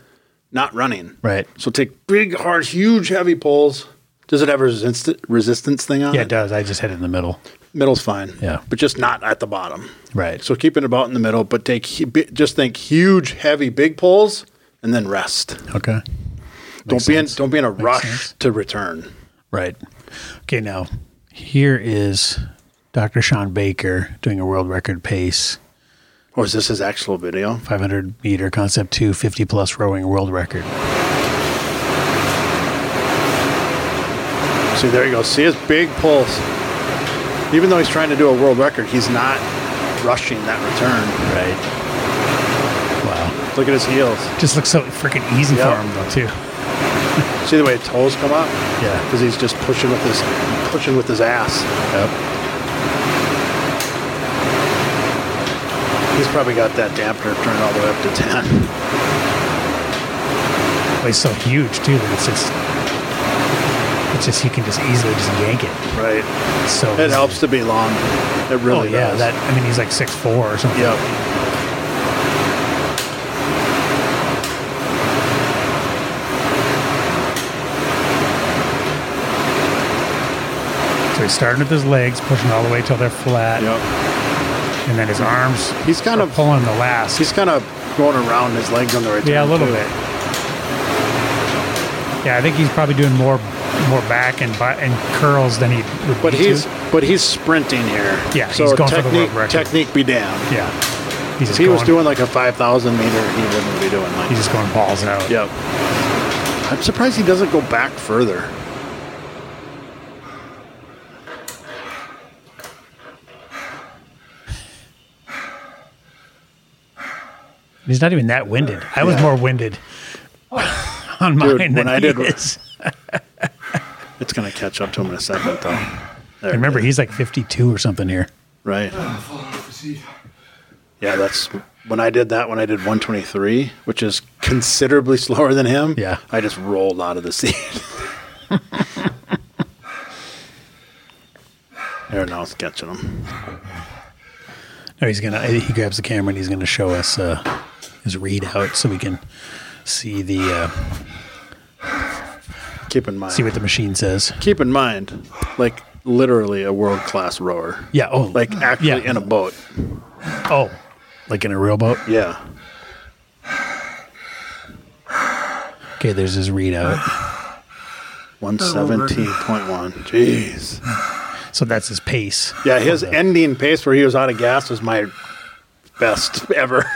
[SPEAKER 2] not running.
[SPEAKER 1] Right.
[SPEAKER 2] So take big, hard, huge, heavy pulls. Does it have a resist- resistance thing on
[SPEAKER 1] yeah, it
[SPEAKER 2] it?
[SPEAKER 1] does. I just hit it in the middle.
[SPEAKER 2] Middle's fine.
[SPEAKER 1] Yeah.
[SPEAKER 2] But just not at the bottom.
[SPEAKER 1] Right.
[SPEAKER 2] So keep it about in the middle, but take hu- bi- just think huge, heavy, big pulls, and then rest.
[SPEAKER 1] Okay.
[SPEAKER 2] don't be in don't be in a rush
[SPEAKER 1] sense.
[SPEAKER 2] to return.
[SPEAKER 1] Right. Okay, now here is Dr. Sean Baker doing a world record pace,
[SPEAKER 2] Or is this his actual video?
[SPEAKER 1] 500 meter concept two, 50 plus rowing world record.
[SPEAKER 2] See, there you go. See his big pulse. Even though he's trying to do a world record, he's not rushing that return.
[SPEAKER 1] Right. Wow.
[SPEAKER 2] Look at his heels.
[SPEAKER 1] Just looks so freaking easy
[SPEAKER 2] Yep.
[SPEAKER 1] for him though too.
[SPEAKER 2] See the way his toes come up?
[SPEAKER 1] Yeah.
[SPEAKER 2] Because he's just pushing with his pushing with his ass.
[SPEAKER 1] Yep.
[SPEAKER 2] He's probably got that dampener turned all the way up to ten. <laughs>
[SPEAKER 1] But he's so huge too that it's just it's just he can just easily just yank it.
[SPEAKER 2] Right.
[SPEAKER 1] It's so
[SPEAKER 2] It
[SPEAKER 1] easy.
[SPEAKER 2] helps to be long. It
[SPEAKER 1] Oh
[SPEAKER 2] really
[SPEAKER 1] yeah,
[SPEAKER 2] does.
[SPEAKER 1] that I mean he's like six four or something.
[SPEAKER 2] Yep.
[SPEAKER 1] So he's starting with his legs, pushing all the way till they're flat,
[SPEAKER 2] Yep.
[SPEAKER 1] and then his arms.
[SPEAKER 2] He's kind
[SPEAKER 1] are
[SPEAKER 2] of-
[SPEAKER 1] pulling the last.
[SPEAKER 2] He's kind of going around his legs on the right.
[SPEAKER 1] yeah, a
[SPEAKER 2] turn,
[SPEAKER 1] little
[SPEAKER 2] too.
[SPEAKER 1] bit. Yeah, I think he's probably doing more more back and bi- and curls than he would.
[SPEAKER 2] But
[SPEAKER 1] need
[SPEAKER 2] he's
[SPEAKER 1] to.
[SPEAKER 2] but he's sprinting here.
[SPEAKER 1] Yeah,
[SPEAKER 2] So
[SPEAKER 1] he's going for the
[SPEAKER 2] technique
[SPEAKER 1] world record.
[SPEAKER 2] technique be damned.
[SPEAKER 1] yeah. He's
[SPEAKER 2] If
[SPEAKER 1] just
[SPEAKER 2] he
[SPEAKER 1] going,
[SPEAKER 2] was doing like a five thousand meter, he wouldn't be doing like.
[SPEAKER 1] He's just going balls out.
[SPEAKER 2] yep. I'm surprised he doesn't go back further.
[SPEAKER 1] He's not even that winded. I was
[SPEAKER 2] Yeah.
[SPEAKER 1] more winded <laughs> on mine
[SPEAKER 2] Dude,
[SPEAKER 1] than
[SPEAKER 2] when
[SPEAKER 1] I
[SPEAKER 2] I
[SPEAKER 1] did.
[SPEAKER 2] did- <laughs> It's gonna catch up to him in a second, though. There
[SPEAKER 1] <sighs>
[SPEAKER 2] it
[SPEAKER 1] Remember,
[SPEAKER 2] is.
[SPEAKER 1] he's like 52 or something here.
[SPEAKER 2] right.
[SPEAKER 3] Falling off the seat.
[SPEAKER 2] Yeah, that's when I did that. When I did 123, which is considerably slower than him.
[SPEAKER 1] Yeah.
[SPEAKER 2] I just rolled out of
[SPEAKER 1] <laughs>
[SPEAKER 2] the seat. there now it's catching him.
[SPEAKER 1] No, he's gonna. He grabs the camera and he's gonna show us uh, his readout so we can see the uh,
[SPEAKER 2] Keep in mind.
[SPEAKER 1] see what the machine says.
[SPEAKER 2] keep in mind, like literally a world class rower.
[SPEAKER 1] Yeah. Oh,
[SPEAKER 2] Like actually
[SPEAKER 1] Yeah.
[SPEAKER 2] in a boat.
[SPEAKER 1] oh, like in a real boat.
[SPEAKER 2] Yeah.
[SPEAKER 1] Okay, there's his readout.
[SPEAKER 2] 117.1.
[SPEAKER 1] <laughs>
[SPEAKER 2] Jeez.
[SPEAKER 1] So that's his pace.
[SPEAKER 2] Yeah, his ending pace where he was out of gas was my
[SPEAKER 1] <laughs>
[SPEAKER 2] best ever.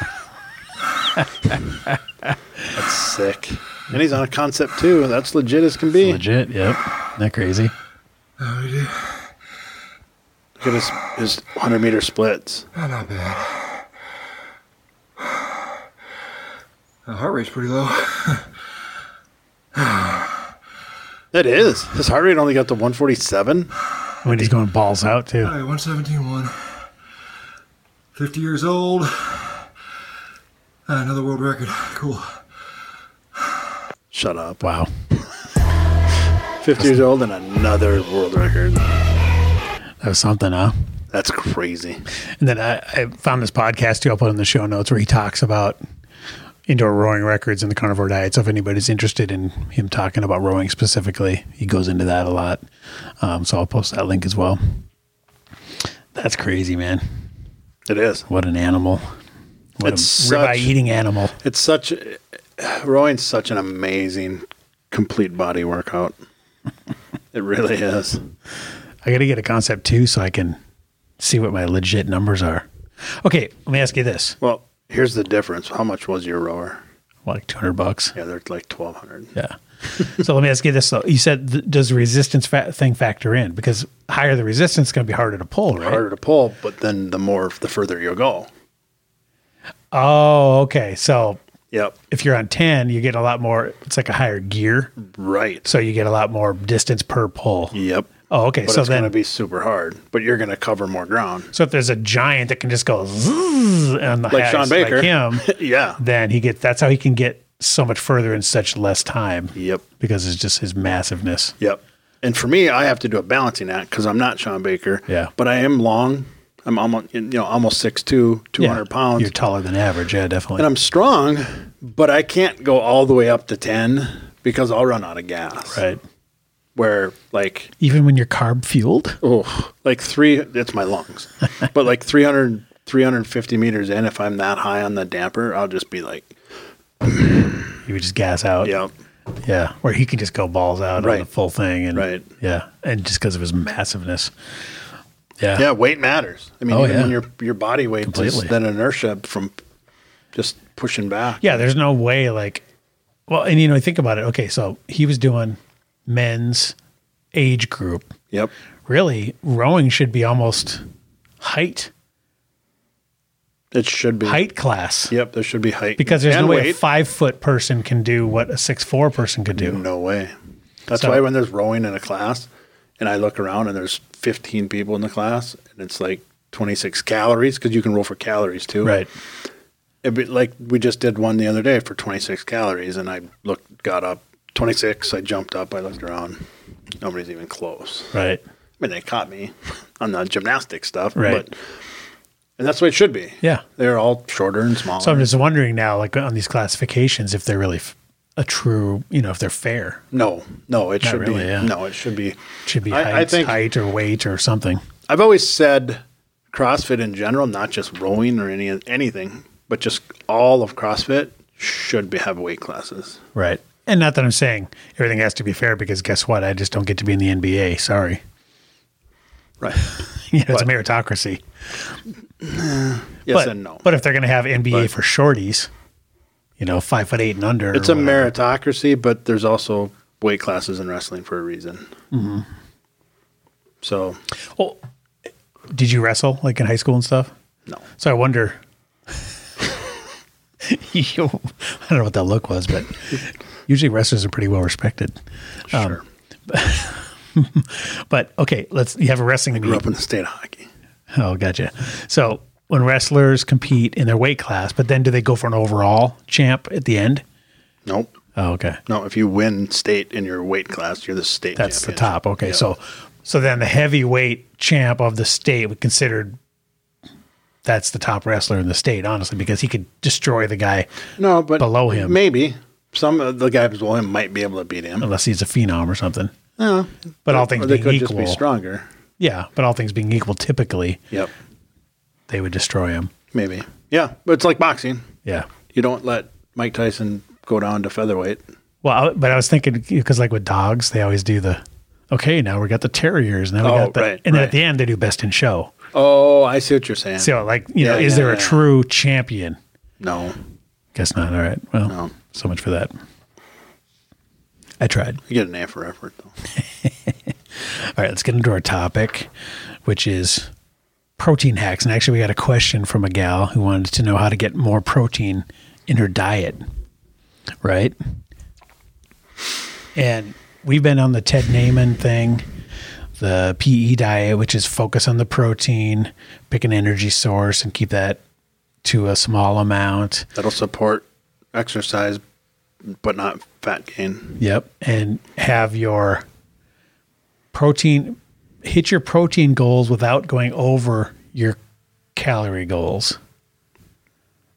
[SPEAKER 2] That's sick. And he's on a concept too. That's legit as can be. Look
[SPEAKER 1] Legit. Yep. Isn't that crazy?
[SPEAKER 3] No, we did.
[SPEAKER 2] at his, his 100 meter splits.
[SPEAKER 3] Not, not bad. <sighs> <sighs> The heart rate's pretty low.
[SPEAKER 2] It is. His heart rate only got to 147.
[SPEAKER 1] When he's going balls out too.
[SPEAKER 3] All right, 117 1. 50 years old. <sighs> Ah, another world record. <sighs> Cool.
[SPEAKER 2] Shut up.
[SPEAKER 1] Wow.
[SPEAKER 2] 50 years old and another world record.
[SPEAKER 1] That was something, huh?
[SPEAKER 2] That's crazy.
[SPEAKER 1] And then I, I found this podcast too. I'll put in the show notes where he talks about indoor rowing records and the carnivore diet. So if anybody's interested in him talking about rowing specifically, he goes into that a lot. Um, so I'll post that link as well. That's crazy, man.
[SPEAKER 2] It is.
[SPEAKER 1] What an animal. What
[SPEAKER 2] It's
[SPEAKER 1] a
[SPEAKER 2] such-
[SPEAKER 1] ribeye eating animal.
[SPEAKER 2] It's such rowing's such an amazing complete
[SPEAKER 1] <laughs>
[SPEAKER 2] body workout. It really is.
[SPEAKER 1] I got to get a concept too so I can see what my legit numbers are. Okay, let me ask you this.
[SPEAKER 2] Well, here's the difference. How much was your rower?
[SPEAKER 1] Like 200 bucks.
[SPEAKER 2] Yeah, they're like 1200.
[SPEAKER 1] Yeah. so let me ask you this though. You said th- does the resistance fa- thing factor in? Because higher the resistance, going to be harder to pull, right?
[SPEAKER 2] Harder to pull, but then the more the further you go.
[SPEAKER 1] Oh, okay. So
[SPEAKER 2] Yep.
[SPEAKER 1] if you're on 10, you get a lot more. It's like a higher gear,
[SPEAKER 2] Right.
[SPEAKER 1] so you get a lot more distance per pull.
[SPEAKER 2] Yep.
[SPEAKER 1] Oh, okay.
[SPEAKER 2] But
[SPEAKER 1] so
[SPEAKER 2] it's going to
[SPEAKER 1] then,
[SPEAKER 2] be super hard, but you're going to cover
[SPEAKER 1] <laughs>
[SPEAKER 2] more ground.
[SPEAKER 1] so if there's a giant that can just go zzzz on the
[SPEAKER 2] Like
[SPEAKER 1] highs,
[SPEAKER 2] Sean Baker.
[SPEAKER 1] like him,
[SPEAKER 2] yeah.
[SPEAKER 1] then he get that's how he can get so much further in such less time.
[SPEAKER 2] Yep.
[SPEAKER 1] Because it's just his massiveness.
[SPEAKER 2] Yep. And for me, I have to do a balancing act because I'm not Sean Baker.
[SPEAKER 1] Yeah.
[SPEAKER 2] But I am long. I'm almost, you know, almost 6'2", 200 pounds.
[SPEAKER 1] You're taller than average. Yeah, definitely.
[SPEAKER 2] and I'm strong, but I can't go all the way up to 10 because I'll run out of gas.
[SPEAKER 1] right.
[SPEAKER 2] Where like,
[SPEAKER 1] Even when you're carb fueled.
[SPEAKER 2] oh, like three, it's
[SPEAKER 1] <laughs>
[SPEAKER 2] my lungs, but like 300, 350 meters in, if I'm that high on the damper, I'll just be like,
[SPEAKER 1] you would just gas out.
[SPEAKER 2] yep,
[SPEAKER 1] Yeah. Where he can just go balls out on the
[SPEAKER 2] Right.
[SPEAKER 1] full thing. And,
[SPEAKER 2] Right.
[SPEAKER 1] Yeah. And just because of his massiveness. Yeah.
[SPEAKER 2] yeah, weight matters. I mean,
[SPEAKER 1] Oh,
[SPEAKER 2] even
[SPEAKER 1] yeah.
[SPEAKER 2] your, your body weight,
[SPEAKER 1] Completely.
[SPEAKER 2] just that inertia from just pushing back.
[SPEAKER 1] Yeah. There's no way, like, well, and you know, think about it. Okay. So he was doing men's age group.
[SPEAKER 2] Yep.
[SPEAKER 1] Really, rowing should be almost height,
[SPEAKER 2] It should be.
[SPEAKER 1] height class.
[SPEAKER 2] Yep. There should be height.
[SPEAKER 1] Because there's
[SPEAKER 2] and
[SPEAKER 1] no way a
[SPEAKER 2] weight.
[SPEAKER 1] five foot person can do what a six four person could do.
[SPEAKER 2] No way. That's
[SPEAKER 1] So-
[SPEAKER 2] why when there's rowing in a class and I look around and there's 15 people in the class and it's like 26 calories because you can roll for calories too.
[SPEAKER 1] Right.
[SPEAKER 2] It'd be like we just did one the other day for 26 calories and I looked, got up 26. I jumped up. I looked around. Nobody's even close.
[SPEAKER 1] Right.
[SPEAKER 2] I mean, they caught me <laughs> on the gymnastic stuff.
[SPEAKER 1] Right.
[SPEAKER 2] But, and that's what it should be.
[SPEAKER 1] Yeah.
[SPEAKER 2] They're all shorter and smaller.
[SPEAKER 1] So I'm just wondering now, like on these classifications, if they're really f- a true, you know, if they're fair.
[SPEAKER 2] no, no, it should
[SPEAKER 1] really,
[SPEAKER 2] be.
[SPEAKER 1] yeah.
[SPEAKER 2] No, it should be.
[SPEAKER 1] Should be
[SPEAKER 2] I- I
[SPEAKER 1] height,
[SPEAKER 2] think-
[SPEAKER 1] height or weight or something.
[SPEAKER 2] I've always said CrossFit in general, not just rowing or any anything, but just all of CrossFit should be have weight classes.
[SPEAKER 1] Right. And not that I'm saying everything has to be fair because guess what? I just don't get to be in the NBA. Sorry. <laughs>
[SPEAKER 2] Right.
[SPEAKER 1] You know, it's a
[SPEAKER 2] But-
[SPEAKER 1] meritocracy.
[SPEAKER 2] yes
[SPEAKER 1] but,
[SPEAKER 2] and no.
[SPEAKER 1] But if they're going to have NBA
[SPEAKER 2] But-
[SPEAKER 1] for shorties, you know, five foot eight and under.
[SPEAKER 2] it's
[SPEAKER 1] or
[SPEAKER 2] a
[SPEAKER 1] whatever.
[SPEAKER 2] meritocracy, but there's also weight classes in wrestling for a reason. Mm-hmm. So
[SPEAKER 1] Well, did you wrestle like in high school and stuff?
[SPEAKER 2] no.
[SPEAKER 1] So I wonder. <laughs> You- I don't know what that look was, but usually wrestlers are pretty well respected. Um,
[SPEAKER 2] sure.
[SPEAKER 1] But okay, let's. You have a wrestling
[SPEAKER 2] Grew
[SPEAKER 1] meet.
[SPEAKER 2] up in the state of hockey.
[SPEAKER 1] Oh, gotcha. So when wrestlers compete in their weight class, but then do they go for an overall champ at the end?
[SPEAKER 2] Nope.
[SPEAKER 1] Oh, okay.
[SPEAKER 2] No, if you win state in your weight class, you're the state.
[SPEAKER 1] That's the
[SPEAKER 2] champion.
[SPEAKER 1] top. Okay.
[SPEAKER 2] Yeah.
[SPEAKER 1] So so then the heavyweight champ of the state would considered that's the top wrestler in the state, honestly, because he could destroy the guy
[SPEAKER 2] no, but
[SPEAKER 1] below him.
[SPEAKER 2] maybe some of the guys below him might be able to beat him.
[SPEAKER 1] unless he's a phenom or something.
[SPEAKER 2] No,
[SPEAKER 1] But all things
[SPEAKER 2] or they
[SPEAKER 1] being
[SPEAKER 2] could
[SPEAKER 1] equal.
[SPEAKER 2] just be stronger.
[SPEAKER 1] Yeah, but all things being equal, typically
[SPEAKER 2] Yep.
[SPEAKER 1] they would destroy him.
[SPEAKER 2] Maybe. Yeah, but it's like boxing.
[SPEAKER 1] Yeah.
[SPEAKER 2] You don't let Mike Tyson go down to featherweight.
[SPEAKER 1] Well, I- but I was thinking because like with dogs, they always do the okay. Now we got the terriers. Now we
[SPEAKER 2] Oh,
[SPEAKER 1] got the,
[SPEAKER 2] right,
[SPEAKER 1] and then
[SPEAKER 2] right.
[SPEAKER 1] at the end they do best in show.
[SPEAKER 2] Oh, I see what you're saying.
[SPEAKER 1] So like you know,
[SPEAKER 2] Yeah,
[SPEAKER 1] is
[SPEAKER 2] yeah,
[SPEAKER 1] there a
[SPEAKER 2] yeah.
[SPEAKER 1] true champion?
[SPEAKER 2] no,
[SPEAKER 1] Guess not. All right. Well,
[SPEAKER 2] No.
[SPEAKER 1] so much for that. I tried.
[SPEAKER 2] you get an A for effort though.
[SPEAKER 1] All right, let's get into our topic, which is protein hacks. And actually, we got a question from a gal who wanted to know how to get more protein in her diet, right? And we've been on the Ted Naiman thing, the PE diet, which is focus on the protein, pick an energy source, and keep that to a small amount.
[SPEAKER 2] That'll support exercise, but not fat gain.
[SPEAKER 1] Yep. And have your protein hit your protein goals without going over your calorie goals.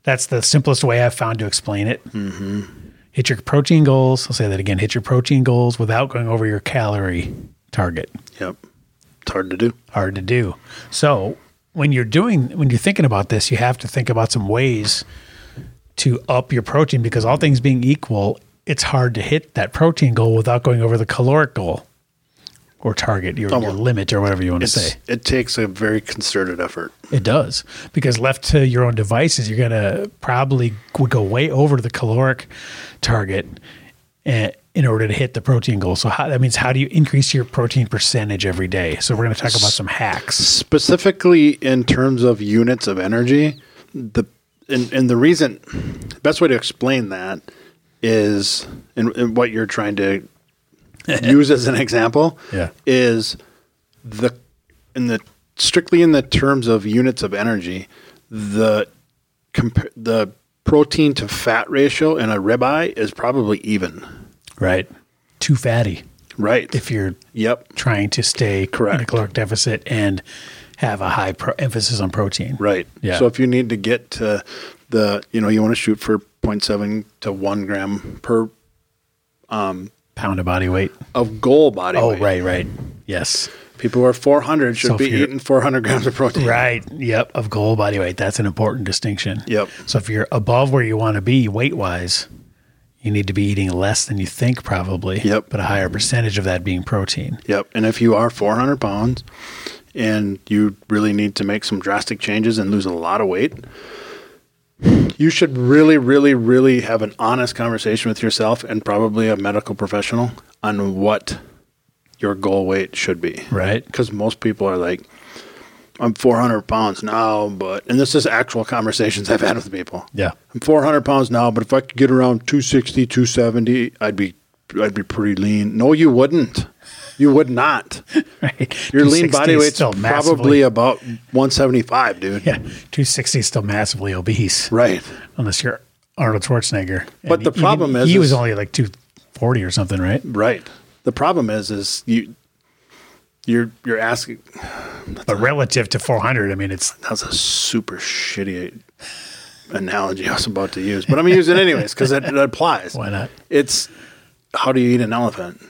[SPEAKER 1] That's the simplest way I've found to explain it. Mm-hmm. Hit your protein goals. I'll say that again. Hit your protein goals without going over your calorie target
[SPEAKER 2] Yep. It's hard to do.
[SPEAKER 1] hard to do. So when you're doing when you're thinking about this, you have to think about some ways to up your protein because all things being equal, it's hard to hit that protein goal without going over the caloric goal or target your, your
[SPEAKER 2] Almost.
[SPEAKER 1] limit or whatever you want to
[SPEAKER 2] It's-
[SPEAKER 1] say.
[SPEAKER 2] It takes a very concerted effort.
[SPEAKER 1] It does because left to your own devices, you're gonna probably would go way over the caloric target eh, in order to hit the protein goal. So how, that means how do you increase your protein percentage every day? So we're gonna talk about some hacks.
[SPEAKER 2] specifically in terms of units of energy the and, and the reason best way to explain that is and, and what you're
[SPEAKER 1] <laughs>
[SPEAKER 2] trying to use as an example
[SPEAKER 1] Yeah.
[SPEAKER 2] is the in the strictly in the terms of units of energy the comp- the protein to fat ratio in a ribeye is probably even
[SPEAKER 1] Right. Too fatty
[SPEAKER 2] right
[SPEAKER 1] if you're
[SPEAKER 2] yep
[SPEAKER 1] trying to stay in a
[SPEAKER 2] Correct.
[SPEAKER 1] caloric deficit and have a high pro- emphasis on protein.
[SPEAKER 2] Right.
[SPEAKER 1] Yeah.
[SPEAKER 2] So if you need to get to the, you know, you want to shoot for 0.7 to 1 gram per
[SPEAKER 1] Pound of body weight.
[SPEAKER 2] of goal body
[SPEAKER 1] Oh,
[SPEAKER 2] weight.
[SPEAKER 1] right, right. Yes.
[SPEAKER 2] People who are 400 should
[SPEAKER 1] So if
[SPEAKER 2] be
[SPEAKER 1] you're-
[SPEAKER 2] eating 400 grams of protein.
[SPEAKER 1] Right. Yep. Of goal body weight. That's an important distinction.
[SPEAKER 2] Yep.
[SPEAKER 1] So if you're above where you want to be weight wise, you need to be eating less than you think, probably.
[SPEAKER 2] Yep.
[SPEAKER 1] But a higher percentage of that being protein.
[SPEAKER 2] Yep. And if you are 400 pounds and you really need to make some drastic changes and lose a lot of weight, you should really, really, really have an honest conversation with yourself and probably a medical professional on what your goal weight should be.
[SPEAKER 1] Right.
[SPEAKER 2] because most people are like, I'm 400 pounds now, but, and this is actual conversations I've had with people.
[SPEAKER 1] Yeah.
[SPEAKER 2] I'm 400 pounds now, but if I could get around 260, 270, I'd be, I'd be pretty lean. No, you wouldn't. You would not.
[SPEAKER 1] <laughs> Right.
[SPEAKER 2] Your lean
[SPEAKER 1] 260
[SPEAKER 2] body
[SPEAKER 1] is
[SPEAKER 2] weight's
[SPEAKER 1] still
[SPEAKER 2] probably
[SPEAKER 1] massively.
[SPEAKER 2] about 175, dude.
[SPEAKER 1] yeah. 260 is still massively obese.
[SPEAKER 2] Right.
[SPEAKER 1] unless you're Arnold Schwarzenegger.
[SPEAKER 2] But
[SPEAKER 1] And
[SPEAKER 2] the
[SPEAKER 1] even-
[SPEAKER 2] problem is-
[SPEAKER 1] he was
[SPEAKER 2] is-
[SPEAKER 1] only like two forty or something, right?
[SPEAKER 2] Right. The problem is, is you, you're, you're asking,
[SPEAKER 1] But relative to four hundred, I mean, it's
[SPEAKER 2] That's a super shitty analogy I was about to use, but I'm going to use it anyways because it, it
[SPEAKER 1] <laughs>
[SPEAKER 2] applies.
[SPEAKER 1] Why not?
[SPEAKER 2] It's how do you eat an elephant?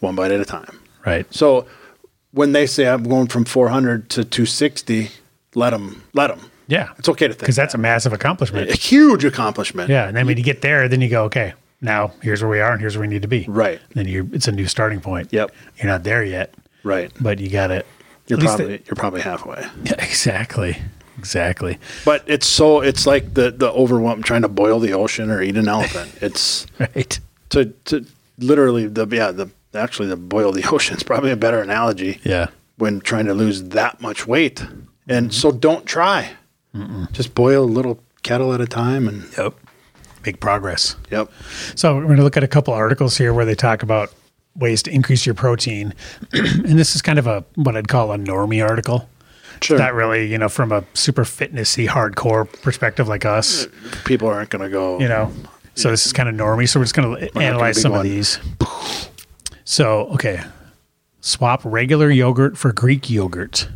[SPEAKER 2] One bite at a time.
[SPEAKER 1] right.
[SPEAKER 2] So when they say I'm going from 400 to 260, let them, let them.
[SPEAKER 1] Yeah,
[SPEAKER 2] It's okay to think
[SPEAKER 1] because that's a massive accomplishment.
[SPEAKER 2] A huge accomplishment.
[SPEAKER 1] yeah, and I mean, you get there, then you go, okay, now here's where we are, and here's where we need to be.
[SPEAKER 2] Right.
[SPEAKER 1] Then you, it's a new starting point.
[SPEAKER 2] Yep.
[SPEAKER 1] You're not there yet,
[SPEAKER 2] Right.
[SPEAKER 1] but you got it.
[SPEAKER 2] You're
[SPEAKER 1] At least
[SPEAKER 2] probably, you're probably halfway.
[SPEAKER 1] the- <laughs> exactly, exactly.
[SPEAKER 2] But it's so, it's like the, the overwhelm trying to boil the ocean or eat an elephant. It's,
[SPEAKER 1] Right.
[SPEAKER 2] to to literally the yeah the actually the boil the <laughs> ocean is probably a better analogy.
[SPEAKER 1] Yeah.
[SPEAKER 2] When trying to lose that much weight, and so don't try. Just boil a little kettle at a time, and
[SPEAKER 1] Yep. Big progress.
[SPEAKER 2] yep,
[SPEAKER 1] So we're going to look at a couple articles here where they talk about ways to increase your protein, <clears throat> and this is kind of a what I'd call a normie article.
[SPEAKER 2] sure.
[SPEAKER 1] Not really, you know, from a super fitnessy hardcore perspective like us,
[SPEAKER 2] People aren't going to go.
[SPEAKER 1] you know. So this is kind of normie. So we're just going to
[SPEAKER 2] gonna
[SPEAKER 1] analyze
[SPEAKER 2] be
[SPEAKER 1] some of
[SPEAKER 2] going-
[SPEAKER 1] these. So okay, swap regular yogurt for Greek yogurt.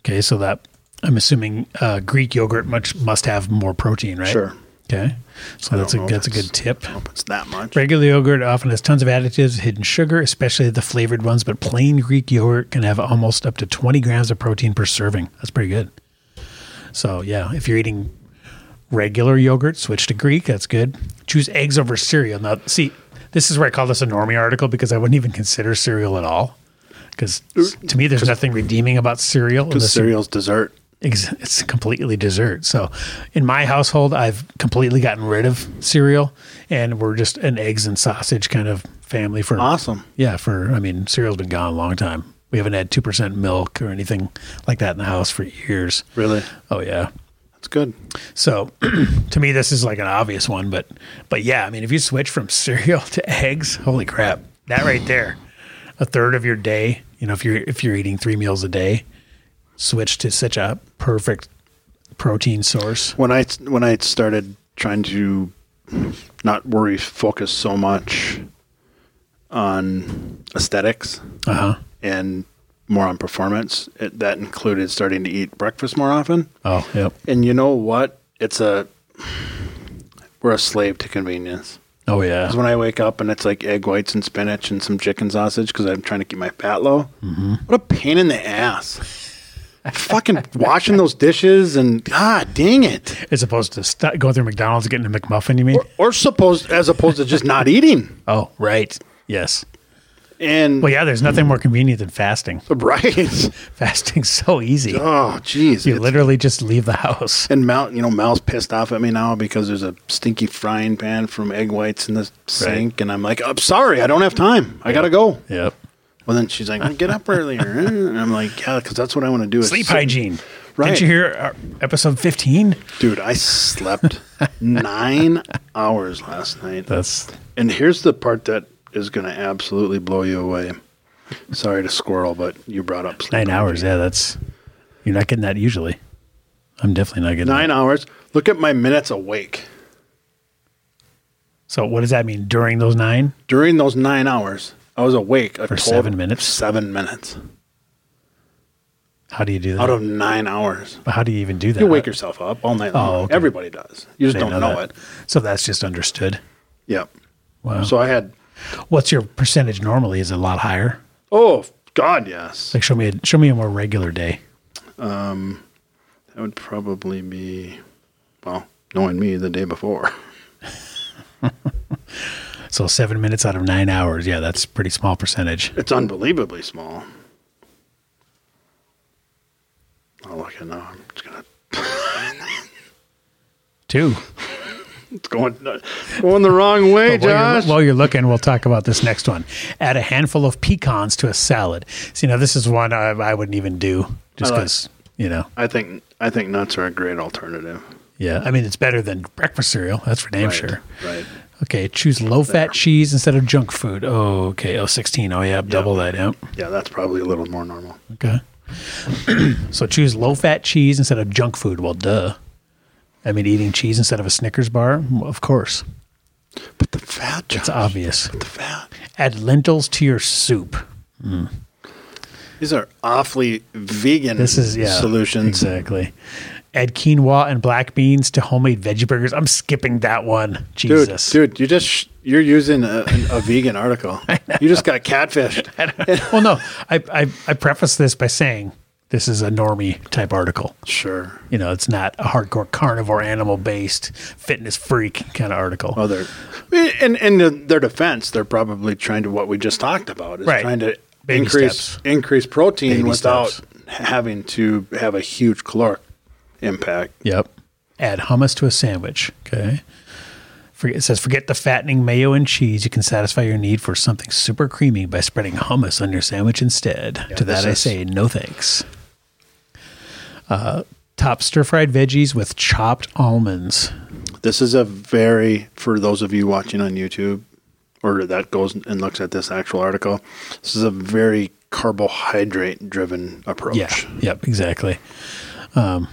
[SPEAKER 1] Okay, so that I'm assuming uh, Greek yogurt much must have more protein, right?
[SPEAKER 2] Sure.
[SPEAKER 1] Okay, so that's a
[SPEAKER 2] know if
[SPEAKER 1] that's a
[SPEAKER 2] it's-
[SPEAKER 1] good tip.
[SPEAKER 2] I hope it's that much.
[SPEAKER 1] Regular yogurt often has tons of additives, hidden sugar, especially the flavored ones, but plain Greek yogurt can have almost up to 20 grams of protein per serving. That's pretty good. So, yeah, if you're eating regular yogurt, switch to Greek. That's good. Choose eggs over cereal. Now, see, this is where I call this a normie article because I wouldn't even consider cereal at all. Because to me, there's nothing redeeming about cereal.
[SPEAKER 2] The
[SPEAKER 1] unless you-
[SPEAKER 2] cereal's dessert.
[SPEAKER 1] ex- it's completely dessert. So in my household, I've completely gotten rid of cereal and we're just an eggs and sausage kind of family for
[SPEAKER 2] Awesome.
[SPEAKER 1] Yeah, for I mean, cereal's been gone a long time. We haven't had 2% milk or anything like that in the house for years.
[SPEAKER 2] Really,
[SPEAKER 1] Oh yeah.
[SPEAKER 2] that's good.
[SPEAKER 1] So <clears throat> to <laughs> me this is like an obvious one, but but yeah, I mean if you switch from cereal to eggs, holy crap. that right there, a third of your day, you know, if you're if you're eating three meals a day, switch to such a perfect protein source.
[SPEAKER 2] when I when I started trying to not worry focus so much on aesthetics
[SPEAKER 1] Uh huh.
[SPEAKER 2] and more on performance, it, that included starting to eat breakfast more often.
[SPEAKER 1] Oh, yep.
[SPEAKER 2] And you know what? It's a we're a slave to convenience.
[SPEAKER 1] Oh yeah.
[SPEAKER 2] 'Cause when I wake up and it's like egg whites and spinach and some chicken sausage because I'm trying to keep my fat low. What a pain in the ass! Fucking washing those dishes and God dang it!
[SPEAKER 1] As opposed to st- going through McDonald's and getting a McMuffin, you mean?
[SPEAKER 2] or supposed as opposed to just not eating.
[SPEAKER 1] Oh, right. Yes.
[SPEAKER 2] And
[SPEAKER 1] Well, yeah. There's nothing more convenient than fasting.
[SPEAKER 2] <laughs>
[SPEAKER 1] <laughs>
[SPEAKER 2] right,
[SPEAKER 1] Fasting's so easy.
[SPEAKER 2] oh jeez,
[SPEAKER 1] You
[SPEAKER 2] It's-
[SPEAKER 1] literally just leave the house.
[SPEAKER 2] and Mal, you know, Mal's pissed off at me now because there's a stinky frying pan from egg whites in the sink, and I'm like, I'm sorry, I don't have time, I gotta go.
[SPEAKER 1] Yep.
[SPEAKER 2] Well, then she's like, well, get up earlier, <laughs> and I'm like, yeah, because that's what I want to do. is
[SPEAKER 1] Sleep
[SPEAKER 2] sit-
[SPEAKER 1] hygiene.
[SPEAKER 2] Right.
[SPEAKER 1] Didn't you hear our episode 15?
[SPEAKER 2] dude. I slept
[SPEAKER 1] <laughs>
[SPEAKER 2] nine hours last night.
[SPEAKER 1] That's
[SPEAKER 2] And here's the part that is going to absolutely blow you away. Sorry to squirrel, but you brought up sleep
[SPEAKER 1] nine hours. Yeah, that's, you're not getting that usually. I'm definitely not getting
[SPEAKER 2] Nine
[SPEAKER 1] that.
[SPEAKER 2] hours. Look at my minutes awake.
[SPEAKER 1] So, what does that mean during those nine?
[SPEAKER 2] During those nine hours, I was awake a
[SPEAKER 1] For
[SPEAKER 2] total-
[SPEAKER 1] seven minutes?
[SPEAKER 2] Seven minutes
[SPEAKER 1] How do you do that?
[SPEAKER 2] out of nine hours.
[SPEAKER 1] How do you even do that?
[SPEAKER 2] You wake yourself up all night long.
[SPEAKER 1] Oh, okay.
[SPEAKER 2] Everybody does. You just
[SPEAKER 1] They
[SPEAKER 2] don't know,
[SPEAKER 1] that.
[SPEAKER 2] it.
[SPEAKER 1] So, that's just understood.
[SPEAKER 2] Yep.
[SPEAKER 1] Wow.
[SPEAKER 2] So I had.
[SPEAKER 1] What's your percentage normally? Is it a lot higher?
[SPEAKER 2] Oh God, yes.
[SPEAKER 1] Like, show me a, show me a more regular day.
[SPEAKER 2] That would probably be. Well, knowing me, the day before. <laughs>
[SPEAKER 1] So, seven minutes out of nine hours. Yeah, that's a pretty small percentage.
[SPEAKER 2] It's unbelievably small. Oh look at now. I'm just gonna. <laughs>
[SPEAKER 1] Two.
[SPEAKER 2] It's going. Going the wrong way,
[SPEAKER 1] But while,
[SPEAKER 2] Josh.
[SPEAKER 1] you're, while you're looking, we'll talk about this next one. Add a handful of pecans to a salad. See, now this is one I, I wouldn't even do just
[SPEAKER 2] I like-
[SPEAKER 1] because, you know,
[SPEAKER 2] I think I think nuts are a great alternative.
[SPEAKER 1] yeah. I mean, it's better than breakfast cereal. That's for damn sure.
[SPEAKER 2] Right.
[SPEAKER 1] Okay, choose low fat cheese instead of junk food. Oh, okay. Oh, 16. Oh, yeah. Double that. Yep.
[SPEAKER 2] Yeah, that's probably a little more normal.
[SPEAKER 1] Okay. <clears throat> so choose low fat cheese instead of junk food. Well, duh. I mean, eating cheese instead of a Snickers bar? Of course.
[SPEAKER 2] But the fat, Josh.
[SPEAKER 1] It's obvious.
[SPEAKER 2] The fat.
[SPEAKER 1] Add lentils to your soup.
[SPEAKER 2] These are awfully vegan.
[SPEAKER 1] This is yeah
[SPEAKER 2] solutions.
[SPEAKER 1] exactly. Add quinoa and black beans to homemade veggie burgers. I'm skipping that one.
[SPEAKER 2] Dude,
[SPEAKER 1] Jesus,
[SPEAKER 2] dude, you just sh- you're using a, an- a vegan
[SPEAKER 1] <laughs>
[SPEAKER 2] article. You just got catfished.
[SPEAKER 1] well, no, I, I I preface this by saying this is a normie type article.
[SPEAKER 2] Sure.
[SPEAKER 1] You know, it's not a hardcore carnivore animal based fitness freak kind of article.
[SPEAKER 2] Oh, they're in in the, their defense, they're probably trying to what we just talked about is
[SPEAKER 1] Right.
[SPEAKER 2] trying to
[SPEAKER 1] Baby
[SPEAKER 2] increase
[SPEAKER 1] steps.
[SPEAKER 2] increase protein
[SPEAKER 1] Baby
[SPEAKER 2] without
[SPEAKER 1] steps.
[SPEAKER 2] having to have a huge caloric impact.
[SPEAKER 1] Yep. Add hummus to a sandwich. Okay. Forget, it says, forget the fattening mayo and cheese. You can satisfy your need for something super creamy by spreading hummus on your sandwich instead. to
[SPEAKER 2] this
[SPEAKER 1] that, I
[SPEAKER 2] is-
[SPEAKER 1] say no thanks. Uh, top stir fried veggies with chopped almonds.
[SPEAKER 2] This is a very for those of you watching on YouTube or that goes and looks at this actual article. This is a very carbohydrate driven approach.
[SPEAKER 1] Yeah. Yep. Exactly. Um,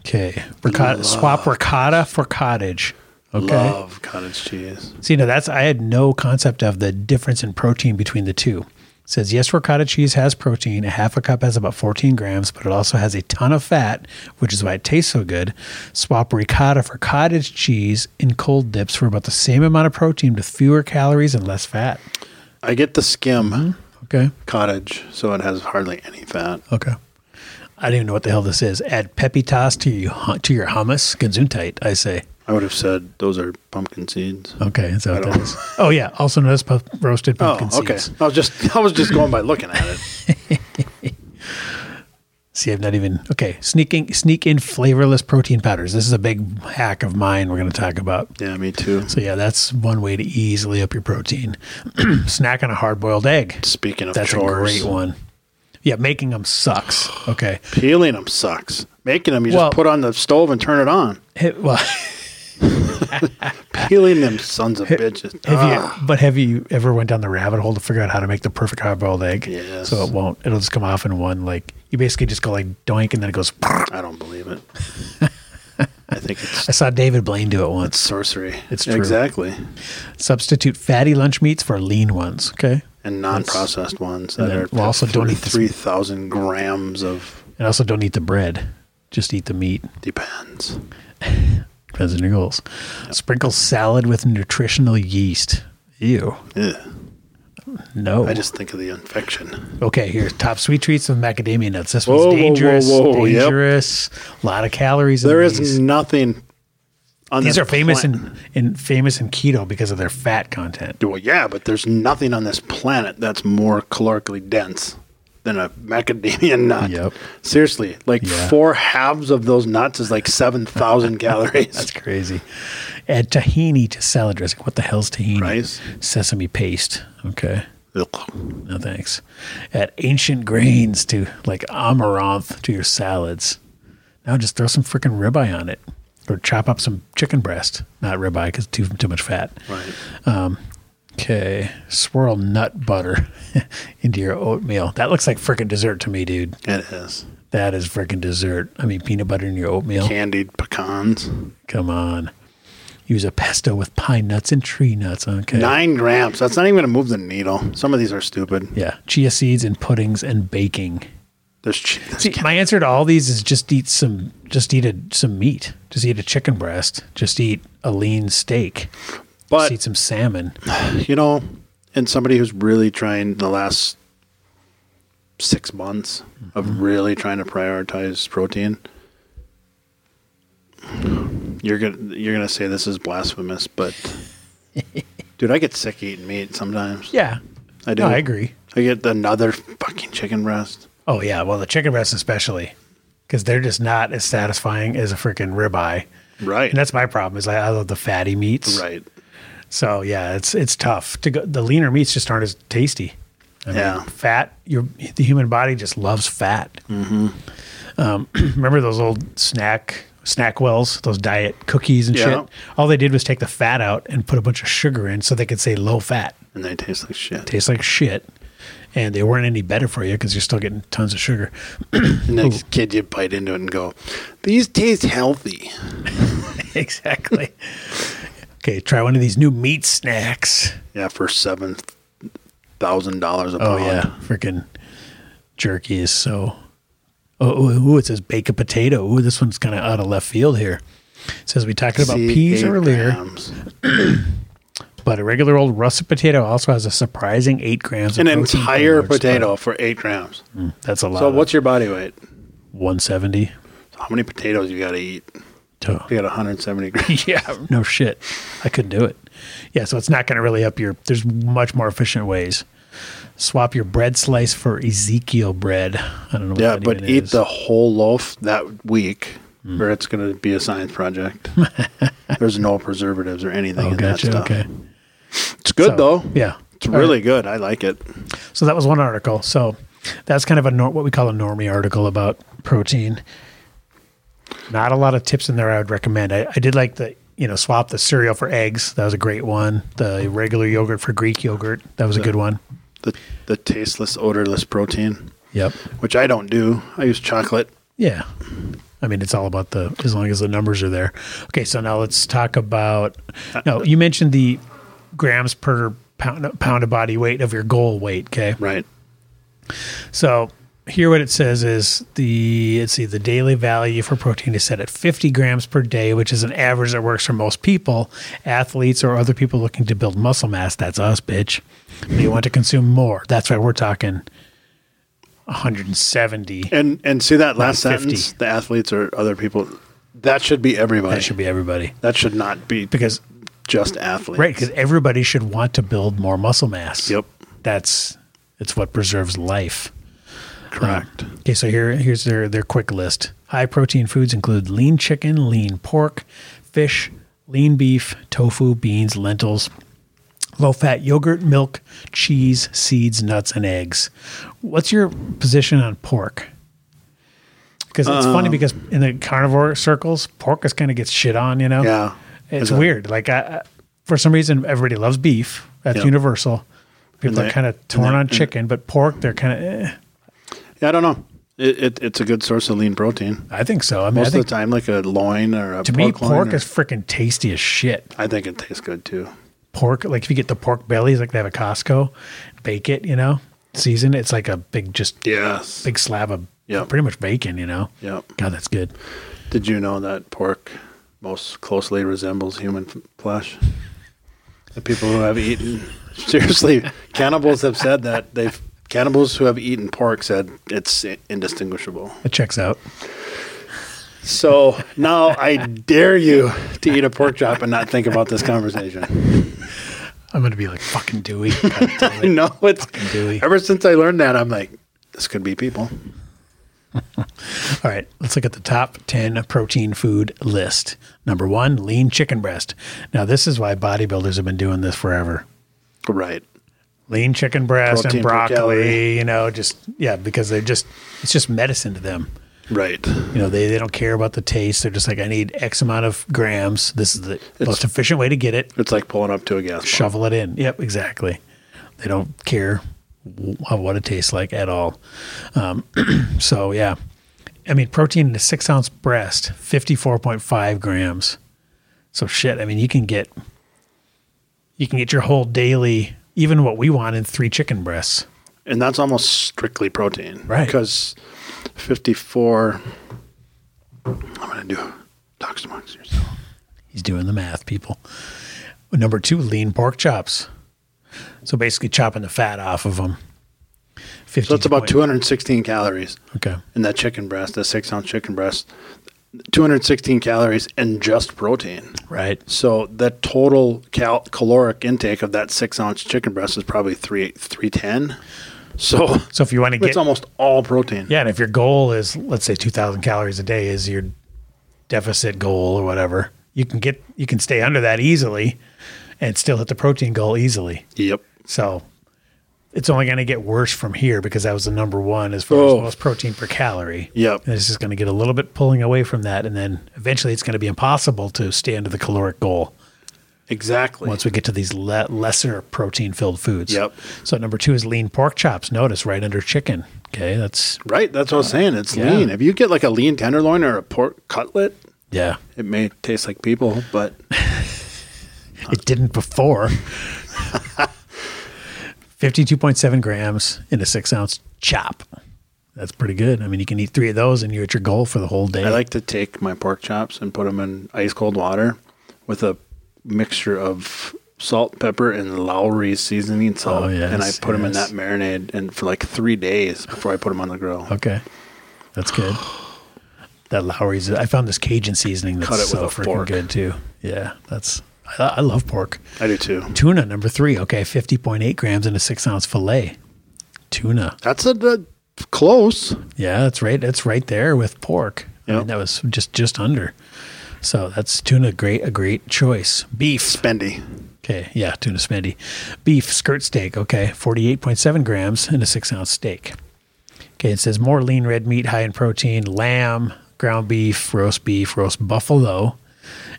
[SPEAKER 1] okay. Ricotta, swap ricotta for cottage. Okay.
[SPEAKER 2] Love cottage cheese.
[SPEAKER 1] See, now that's I had no concept of the difference in protein between the two. It says yes, ricotta cheese has protein. A half a cup has about 14 grams, but it also has a ton of fat, which is why it tastes so good. Swap ricotta for cottage cheese in cold dips for about the same amount of protein with fewer calories and less fat.
[SPEAKER 2] I get the skim
[SPEAKER 1] Mm-hmm. Okay.
[SPEAKER 2] cottage, so it has hardly any fat.
[SPEAKER 1] Okay. I don't even know what the hell this is. Add pepitas to your hu- to your hummus. Gesundheit, I say.
[SPEAKER 2] I would have said those are pumpkin seeds.
[SPEAKER 1] Okay, is that what
[SPEAKER 2] I
[SPEAKER 1] that
[SPEAKER 2] don't-
[SPEAKER 1] is? Oh yeah, also known as pu- roasted
[SPEAKER 2] Oh,
[SPEAKER 1] pumpkin
[SPEAKER 2] okay.
[SPEAKER 1] seeds.
[SPEAKER 2] I was just <laughs> I was just going by looking at it.
[SPEAKER 1] See, I've not even okay. Sneaking sneak in flavorless protein powders. This is a big hack of mine. We're going to talk about.
[SPEAKER 2] Yeah, me too.
[SPEAKER 1] So yeah, that's one way to easily up your protein. <clears throat> Snack on a hard boiled egg.
[SPEAKER 2] Speaking of
[SPEAKER 1] That's a
[SPEAKER 2] chores,
[SPEAKER 1] great one. Yeah, making them sucks. Okay. <laughs>
[SPEAKER 2] peeling them sucks. Making them, you
[SPEAKER 1] Well-
[SPEAKER 2] just put on the stove and turn it on.
[SPEAKER 1] Hey, well,
[SPEAKER 2] Peeling them sons of bitches.
[SPEAKER 1] <laughs> Have
[SPEAKER 2] Ah,
[SPEAKER 1] you, but have you ever went down the rabbit hole to figure out how to make the perfect hard boiled egg?
[SPEAKER 2] Yes.
[SPEAKER 1] So it won't. It'll just come off in one. Like you basically just go like doink, and then it goes. <laughs>
[SPEAKER 2] I don't believe it. I think it's
[SPEAKER 1] I saw David Blaine do it once.
[SPEAKER 2] sorcery.
[SPEAKER 1] It's true.
[SPEAKER 2] Exactly.
[SPEAKER 1] Substitute fatty lunch meats for lean ones. Okay.
[SPEAKER 2] And non processed ones
[SPEAKER 1] And
[SPEAKER 2] that
[SPEAKER 1] then
[SPEAKER 2] are
[SPEAKER 1] we'll also don't eat this-
[SPEAKER 2] 3,000 grams of
[SPEAKER 1] And also don't eat the bread. Just eat the meat.
[SPEAKER 2] depends.
[SPEAKER 1] Depends on your goals. Sprinkle salad with nutritional yeast. Ew.
[SPEAKER 2] Ugh.
[SPEAKER 1] No.
[SPEAKER 2] I just think of the infection.
[SPEAKER 1] Okay, here. Top sweet treats with macadamia nuts. This
[SPEAKER 2] Whoa, whoa,
[SPEAKER 1] one's
[SPEAKER 2] whoa,
[SPEAKER 1] dangerous.
[SPEAKER 2] whoa, yep.
[SPEAKER 1] dangerous. A lot of calories
[SPEAKER 2] There
[SPEAKER 1] in these.
[SPEAKER 2] is nothing on
[SPEAKER 1] These
[SPEAKER 2] this
[SPEAKER 1] are famous
[SPEAKER 2] plant-
[SPEAKER 1] in, in famous in keto because of their fat content.
[SPEAKER 2] Well, yeah, but there's nothing on this planet that's more calorically dense than a macadamia <laughs> nut.
[SPEAKER 1] Yep.
[SPEAKER 2] Seriously, like
[SPEAKER 1] Yeah.
[SPEAKER 2] four halves of those nuts is like 7,000
[SPEAKER 1] <laughs>
[SPEAKER 2] calories.
[SPEAKER 1] That's crazy. Add tahini to salad dressing. What the hell's tahini?
[SPEAKER 2] Rice.
[SPEAKER 1] Sesame paste. Okay.
[SPEAKER 2] Ugh.
[SPEAKER 1] No thanks. Add ancient grains to like amaranth to your salads. Now just throw some freaking ribeye on it, or chop up some chicken breast. Not ribeye because too too much fat.
[SPEAKER 2] Right.
[SPEAKER 1] Okay. Swirl nut butter <laughs> into your oatmeal. That looks like freaking dessert to me, dude.
[SPEAKER 2] It is.
[SPEAKER 1] That is freaking dessert. I mean, peanut butter in your oatmeal.
[SPEAKER 2] Candied pecans.
[SPEAKER 1] Come on. Use a pesto with pine nuts and tree nuts. Okay.
[SPEAKER 2] Nine grams. That's not even going to move the needle. Some of these are stupid.
[SPEAKER 1] Yeah. Chia seeds and puddings and baking.
[SPEAKER 2] There's che- there's
[SPEAKER 1] See, my answer to all these is just eat some, just eat a, some meat. Just eat a chicken breast. Just eat a lean steak.
[SPEAKER 2] But-
[SPEAKER 1] just eat some salmon.
[SPEAKER 2] you know, and somebody who's really trying the last six months
[SPEAKER 1] Mm-hmm.
[SPEAKER 2] of really trying to prioritize protein, you're gonna you're gonna say this is
[SPEAKER 1] <laughs>
[SPEAKER 2] blasphemous, but dude, I get sick eating meat sometimes.
[SPEAKER 1] Yeah.
[SPEAKER 2] I do.
[SPEAKER 1] No, I agree.
[SPEAKER 2] I get another fucking chicken breast.
[SPEAKER 1] Oh, yeah. Well, the chicken breasts, especially, because they're just not as satisfying as a freaking ribeye.
[SPEAKER 2] Right.
[SPEAKER 1] And that's my problem is I, I love the fatty meats.
[SPEAKER 2] right.
[SPEAKER 1] So yeah, it's it's tough to go. The leaner meats just aren't as tasty. I
[SPEAKER 2] Yeah.
[SPEAKER 1] fat. Your the human body just loves fat. Mm-hmm. Um, <clears throat> remember those old snack snack wells, those diet cookies and
[SPEAKER 2] Yeah.
[SPEAKER 1] shit. All they did was take the fat out and put a bunch of sugar in, so they could say low fat.
[SPEAKER 2] And they taste like shit.
[SPEAKER 1] Tastes like shit, and they weren't any better for you because you're still getting tons of sugar. <laughs>
[SPEAKER 2] And the kid, you bite into it and go, these taste healthy.
[SPEAKER 1] exactly. okay, try one of these new meat snacks.
[SPEAKER 2] Yeah, for seven thousand dollars a
[SPEAKER 1] Oh
[SPEAKER 2] pound.
[SPEAKER 1] yeah, freaking jerky is so. Oh, ooh, ooh, it says bake a potato. Ooh, this one's kind of out of left field here. It says we talked about
[SPEAKER 2] See,
[SPEAKER 1] peas
[SPEAKER 2] eight
[SPEAKER 1] earlier,
[SPEAKER 2] grams.
[SPEAKER 1] but a regular old russet potato also has a surprising eight grams. Of
[SPEAKER 2] An
[SPEAKER 1] protein per
[SPEAKER 2] entire
[SPEAKER 1] large slice.
[SPEAKER 2] potato for eight grams.
[SPEAKER 1] That's a lot.
[SPEAKER 2] So what's your body weight?
[SPEAKER 1] one seventy?
[SPEAKER 2] How many potatoes you got to eat? <laughs> You
[SPEAKER 1] <laughs>
[SPEAKER 2] got 170 grams.
[SPEAKER 1] Yeah, no shit. I couldn't do it. Yeah, so it's not going to really up your. There's much more efficient ways. Swap your bread slice for Ezekiel bread. I don't know. What
[SPEAKER 2] yeah,
[SPEAKER 1] that
[SPEAKER 2] but
[SPEAKER 1] even
[SPEAKER 2] eat
[SPEAKER 1] is. Hmm.
[SPEAKER 2] the whole loaf that week, or it's going to be a science
[SPEAKER 1] <laughs>
[SPEAKER 2] project. There's no preservatives or anything
[SPEAKER 1] Oh,
[SPEAKER 2] in that
[SPEAKER 1] gotcha.
[SPEAKER 2] stuff.
[SPEAKER 1] Okay.
[SPEAKER 2] It's
[SPEAKER 1] So,
[SPEAKER 2] good though.
[SPEAKER 1] Yeah.
[SPEAKER 2] It's really good. I like it.
[SPEAKER 1] So that was one article. So that's kind of a nor- what we call a normie article about protein. Not a lot of tips in there I would recommend. I, I did like the you know swap the cereal for eggs. That was a great one. The regular yogurt for Greek yogurt. That was a good one.
[SPEAKER 2] The the tasteless, odorless protein,
[SPEAKER 1] Yep.
[SPEAKER 2] which I don't do. I use chocolate.
[SPEAKER 1] Yeah. I mean, it's all about the as long as the numbers are there. Okay, so now let's talk about. No, you mentioned the grams per pound pound of body weight of your goal weight. Okay,
[SPEAKER 2] Right.
[SPEAKER 1] So here, what it says is the let's see, the daily value for protein is set at 50 grams per day, which is an average that works for most people, athletes or other people looking to build muscle mass. That's us, bitch. They want to consume more. That's why we're talking 170.
[SPEAKER 2] And and see that last
[SPEAKER 1] 50.
[SPEAKER 2] sentence. The athletes or other people. That should be everybody.
[SPEAKER 1] That should be everybody
[SPEAKER 2] That should not be
[SPEAKER 1] because
[SPEAKER 2] just athletes.
[SPEAKER 1] right because everybody should want to build more muscle mass.
[SPEAKER 2] Yep.
[SPEAKER 1] that's it's what preserves life.
[SPEAKER 2] Correct.
[SPEAKER 1] Okay, so here here's their their quick list. High protein foods include lean chicken, lean pork, fish, lean beef, tofu, beans, lentils, low fat yogurt, milk, cheese, seeds, nuts, and eggs. What's your position on pork?
[SPEAKER 2] Um,
[SPEAKER 1] Because it's funny because in the carnivore circles, pork is kind of gets shit on, you know.
[SPEAKER 2] Yeah.
[SPEAKER 1] It's
[SPEAKER 2] Is that-
[SPEAKER 1] weird. Like I, I- for some reason, everybody loves beef. That's
[SPEAKER 2] Yeah.
[SPEAKER 1] universal. People
[SPEAKER 2] they-
[SPEAKER 1] are kind of
[SPEAKER 2] and
[SPEAKER 1] torn
[SPEAKER 2] they-
[SPEAKER 1] on
[SPEAKER 2] and-
[SPEAKER 1] chicken, but pork, they're kind of. Eh.
[SPEAKER 2] Yeah, I don't know. It, it, it's a good source of lean protein.
[SPEAKER 1] I think so. I mean,
[SPEAKER 2] Most
[SPEAKER 1] I think
[SPEAKER 2] of the time, like a loin or a
[SPEAKER 1] to
[SPEAKER 2] pork
[SPEAKER 1] me,
[SPEAKER 2] loin
[SPEAKER 1] pork
[SPEAKER 2] or-
[SPEAKER 1] is freaking tasty as shit.
[SPEAKER 2] I think it tastes good too.
[SPEAKER 1] Pork, like if you get the pork bellies, like they have at Costco, bake it, you know, season. it. It's like a big, just
[SPEAKER 2] Yes.
[SPEAKER 1] big slab of
[SPEAKER 2] Yeah.
[SPEAKER 1] pretty much bacon, you know.
[SPEAKER 2] Yep.
[SPEAKER 1] God, that's good.
[SPEAKER 2] Did you know that pork most closely resembles human f- flesh? The people who have eaten <laughs> seriously, cannibals have said that they've cannibals who have eaten pork said it's i- indistinguishable.
[SPEAKER 1] It checks out.
[SPEAKER 2] So now I dare you to eat a pork chop and not think about this conversation. <laughs>
[SPEAKER 1] I'm gonna be like fucking Dewey. God damn
[SPEAKER 2] You
[SPEAKER 1] it.
[SPEAKER 2] know, it's
[SPEAKER 1] Dewey.
[SPEAKER 2] ever since I learned that, I'm like, this could be people.
[SPEAKER 1] All right, let's look at the top 10 protein food list. Number one, lean chicken breast. Now, this is why bodybuilders have been doing this forever.
[SPEAKER 2] Right.
[SPEAKER 1] Lean chicken breast
[SPEAKER 2] Protein
[SPEAKER 1] and
[SPEAKER 2] per
[SPEAKER 1] broccoli,
[SPEAKER 2] calorie.
[SPEAKER 1] you know, just, yeah, because they're just, it's just medicine to them.
[SPEAKER 2] Right.
[SPEAKER 1] You know, they, they don't care about the taste. They're just like, I need X amount of grams. This is the most efficient way to get it.
[SPEAKER 2] It's like pulling up to a gas pump.
[SPEAKER 1] Shovel it in. Yep, exactly. They don't care wh- what it tastes like at all. Um, <clears throat> so, yeah. I mean, protein in a six ounce breast, 54.5 grams. So, shit. I mean, you can get. You can get your whole daily, even what we want in three chicken breasts.
[SPEAKER 2] and that's almost strictly protein,
[SPEAKER 1] Right.
[SPEAKER 2] Because fifty-four. I'm gonna do talk amongst yourself.
[SPEAKER 1] He's doing the math, people. Number two, lean pork chops. So basically, chopping the fat off of them.
[SPEAKER 2] So that's about 216 calories
[SPEAKER 1] Okay.
[SPEAKER 2] in that chicken breast, that six-ounce chicken breast. 216 calories and just protein.
[SPEAKER 1] Right.
[SPEAKER 2] So that total cal- caloric intake of that six-ounce chicken breast is probably three three ten.
[SPEAKER 1] <laughs>
[SPEAKER 2] So
[SPEAKER 1] So if you want to get
[SPEAKER 2] it's almost all protein.
[SPEAKER 1] Yeah, and if your goal is let's say 2000 calories a day is your deficit goal or whatever, you can get you can stay under that easily and still hit the protein goal easily.
[SPEAKER 2] Yep.
[SPEAKER 1] So it's only going to get worse from here because that was the number 1 as far
[SPEAKER 2] Oh.
[SPEAKER 1] as most protein per calorie.
[SPEAKER 2] Yep.
[SPEAKER 1] And it's just going to get a little bit pulling away from that and then eventually it's going to be impossible to stay under the caloric goal
[SPEAKER 2] Exactly.
[SPEAKER 1] once we get to these le- lesser protein filled foods.
[SPEAKER 2] Yep.
[SPEAKER 1] So number 2 is lean pork chops. Notice right under chicken. Okay, that's
[SPEAKER 2] Right, that's what I was saying. It's
[SPEAKER 1] Yeah.
[SPEAKER 2] lean. If you get like a lean tenderloin or a pork cutlet,
[SPEAKER 1] yeah.
[SPEAKER 2] It may taste like people, but
[SPEAKER 1] It didn't before. <laughs> 52.7 grams in a six ounce chop. That's pretty good. I mean, you can eat three of those and you're at your goal for the whole day.
[SPEAKER 2] I like to take my pork chops and put them in ice cold water with a mixture of salt, pepper, and Lowry's seasoning salt.
[SPEAKER 1] Oh, yes,
[SPEAKER 2] and I put them in
[SPEAKER 1] yes.
[SPEAKER 2] that marinade and for like three days before I put them on the grill.
[SPEAKER 1] okay. That's
[SPEAKER 2] <sighs>
[SPEAKER 1] good. That Lowry's, I found this Cajun seasoning that's
[SPEAKER 2] Cut it with
[SPEAKER 1] so
[SPEAKER 2] a
[SPEAKER 1] freaking
[SPEAKER 2] fork.
[SPEAKER 1] good too. Yeah, that's, I, I love pork.
[SPEAKER 2] I do too.
[SPEAKER 1] Tuna, number three. Okay, 50.8 grams in a six ounce filet. Tuna.
[SPEAKER 2] That's a, a- close.
[SPEAKER 1] Yeah, that's right. That's right there with pork. I mean,
[SPEAKER 2] Yep.
[SPEAKER 1] that was just just under. So that's tuna. Great, a great choice. Beef.
[SPEAKER 2] Spendy.
[SPEAKER 1] Okay, yeah, tuna spendy. Beef skirt steak. Okay, forty-eight point seven grams in a six-ounce steak. Okay, it says more lean red meat, high in protein, lamb, ground beef, roast beef, roast buffalo,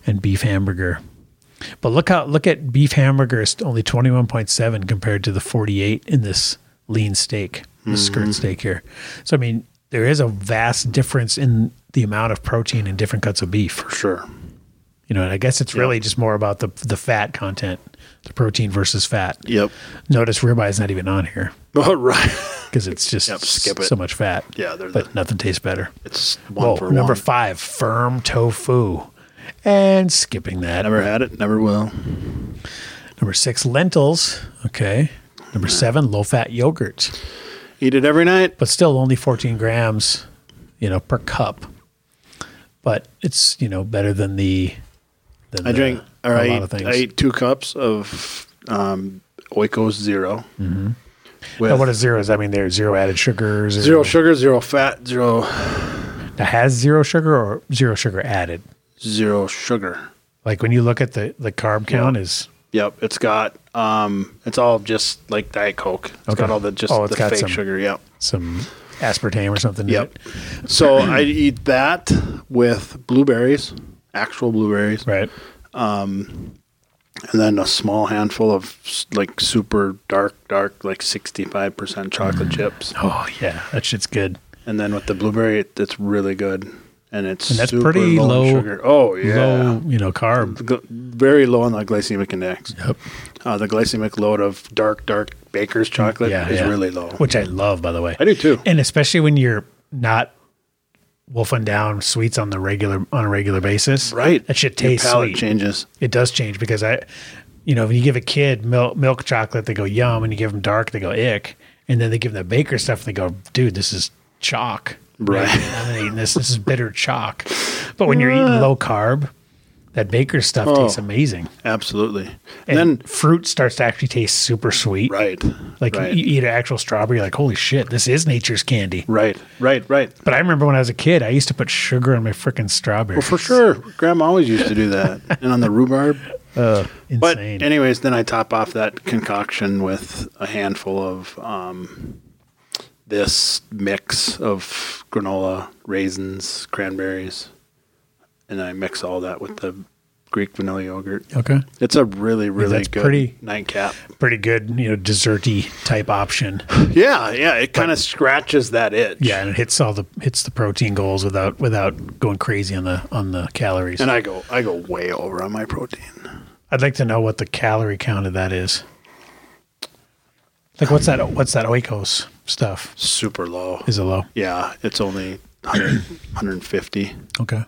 [SPEAKER 1] and beef hamburger. But look how look at beef hamburger is only twenty-one point seven compared to the forty-eight in this lean steak, the skirt steak here. So I mean, there is a vast difference in the amount of protein in different cuts of beef.
[SPEAKER 2] Sure.
[SPEAKER 1] You know, and I guess it's really just more about the the fat content, the protein versus fat.
[SPEAKER 2] <laughs> Yep.
[SPEAKER 1] Notice ribeye is not even on here
[SPEAKER 2] All right.
[SPEAKER 1] because it's just
[SPEAKER 2] Yep, skip it.
[SPEAKER 1] so much fat.
[SPEAKER 2] Yeah, they're
[SPEAKER 1] but nothing tastes better.
[SPEAKER 2] It's one
[SPEAKER 1] Whoa,
[SPEAKER 2] for
[SPEAKER 1] number
[SPEAKER 2] one.
[SPEAKER 1] five, firm tofu, and skipping that.
[SPEAKER 2] Never had it. Never will.
[SPEAKER 1] Number six, lentils. Okay. Number seven, low fat yogurt,
[SPEAKER 2] Eat it every night.
[SPEAKER 1] but still only 14 grams, you know, per cup. But it's you know better than the. Than
[SPEAKER 2] I
[SPEAKER 1] the-
[SPEAKER 2] drink or
[SPEAKER 1] a
[SPEAKER 2] I
[SPEAKER 1] lot of
[SPEAKER 2] eat,
[SPEAKER 1] things.
[SPEAKER 2] I eat two cups of um, Oikos Zero. With
[SPEAKER 1] Now, Mm-hmm. what is zero? Is that mean there's zero added sugars? or-
[SPEAKER 2] zero sugar, zero fat, zero
[SPEAKER 1] Now, has zero sugar or zero sugar added?
[SPEAKER 2] zero sugar.
[SPEAKER 1] Like when you look at the the carb count is
[SPEAKER 2] Yep, it's got um, it's all just like Diet Coke. It's
[SPEAKER 1] Okay.
[SPEAKER 2] got all the just
[SPEAKER 1] Oh, it's
[SPEAKER 2] the
[SPEAKER 1] got
[SPEAKER 2] fake
[SPEAKER 1] some-
[SPEAKER 2] sugar. Yep,
[SPEAKER 1] some aspartame or something. in
[SPEAKER 2] yep.
[SPEAKER 1] it.
[SPEAKER 2] so I eat that with blueberries, actual blueberries,
[SPEAKER 1] Right.
[SPEAKER 2] and then a small handful of s- like super dark, dark, like 65% chocolate chips.
[SPEAKER 1] Oh yeah, that shit's good.
[SPEAKER 2] And then with the blueberry, it- it's really good. And it's
[SPEAKER 1] And that's
[SPEAKER 2] super
[SPEAKER 1] pretty
[SPEAKER 2] low, in
[SPEAKER 1] low-
[SPEAKER 2] sugar. Oh, yeah.
[SPEAKER 1] Low, you know, carb.
[SPEAKER 2] Gl- Very low on the glycemic index.
[SPEAKER 1] Yep.
[SPEAKER 2] Uh, the glycemic load of dark, dark baker's chocolate
[SPEAKER 1] Yeah,
[SPEAKER 2] is
[SPEAKER 1] yeah.
[SPEAKER 2] really low.
[SPEAKER 1] which I love, by the way.
[SPEAKER 2] I do too.
[SPEAKER 1] and especially when you're not wolfing down sweets on the regular on a regular basis.
[SPEAKER 2] Right.
[SPEAKER 1] That shit
[SPEAKER 2] Your
[SPEAKER 1] tastes
[SPEAKER 2] palate
[SPEAKER 1] sweet.
[SPEAKER 2] changes.
[SPEAKER 1] It does change because I, you know, when you give a kid milk milk chocolate, they go yum, and you give them dark, they go ick, and then they give them the baker stuff, they go, dude, this is chalk.
[SPEAKER 2] Right.
[SPEAKER 1] <laughs> I'm eating this. This is bitter chalk. But when you're eating low carb, that baker stuff
[SPEAKER 2] Oh.
[SPEAKER 1] tastes amazing.
[SPEAKER 2] Absolutely.
[SPEAKER 1] And
[SPEAKER 2] And, then,
[SPEAKER 1] fruit starts to actually taste super sweet.
[SPEAKER 2] right.
[SPEAKER 1] Like
[SPEAKER 2] right.
[SPEAKER 1] you eat an actual strawberry, you're like, holy shit, this is nature's candy.
[SPEAKER 2] right. Right. Right.
[SPEAKER 1] But I remember when I was a kid, I used to put sugar on my freaking strawberries.
[SPEAKER 2] Well, for sure. Grandma always used to do that. and on the rhubarb. But,
[SPEAKER 1] Insane.
[SPEAKER 2] anyways, then I top off that concoction with a handful of um, this mix of granola, raisins, cranberries. And I mix all that with the Greek vanilla yogurt.
[SPEAKER 1] okay.
[SPEAKER 2] It's a really, really
[SPEAKER 1] that's
[SPEAKER 2] good
[SPEAKER 1] pretty-
[SPEAKER 2] nightcap.
[SPEAKER 1] Pretty good, you know, desserty type option.
[SPEAKER 2] Yeah, yeah. It kind of scratches that itch.
[SPEAKER 1] Yeah, and it hits all the hits the protein goals without without going crazy on the on the calories.
[SPEAKER 2] And I go, I go way over on my protein.
[SPEAKER 1] I'd like to know what the calorie count of that is. Like what's that what's that oikos stuff?
[SPEAKER 2] Super low.
[SPEAKER 1] Is it low?
[SPEAKER 2] Yeah, it's only 100, 150.
[SPEAKER 1] Okay. I'm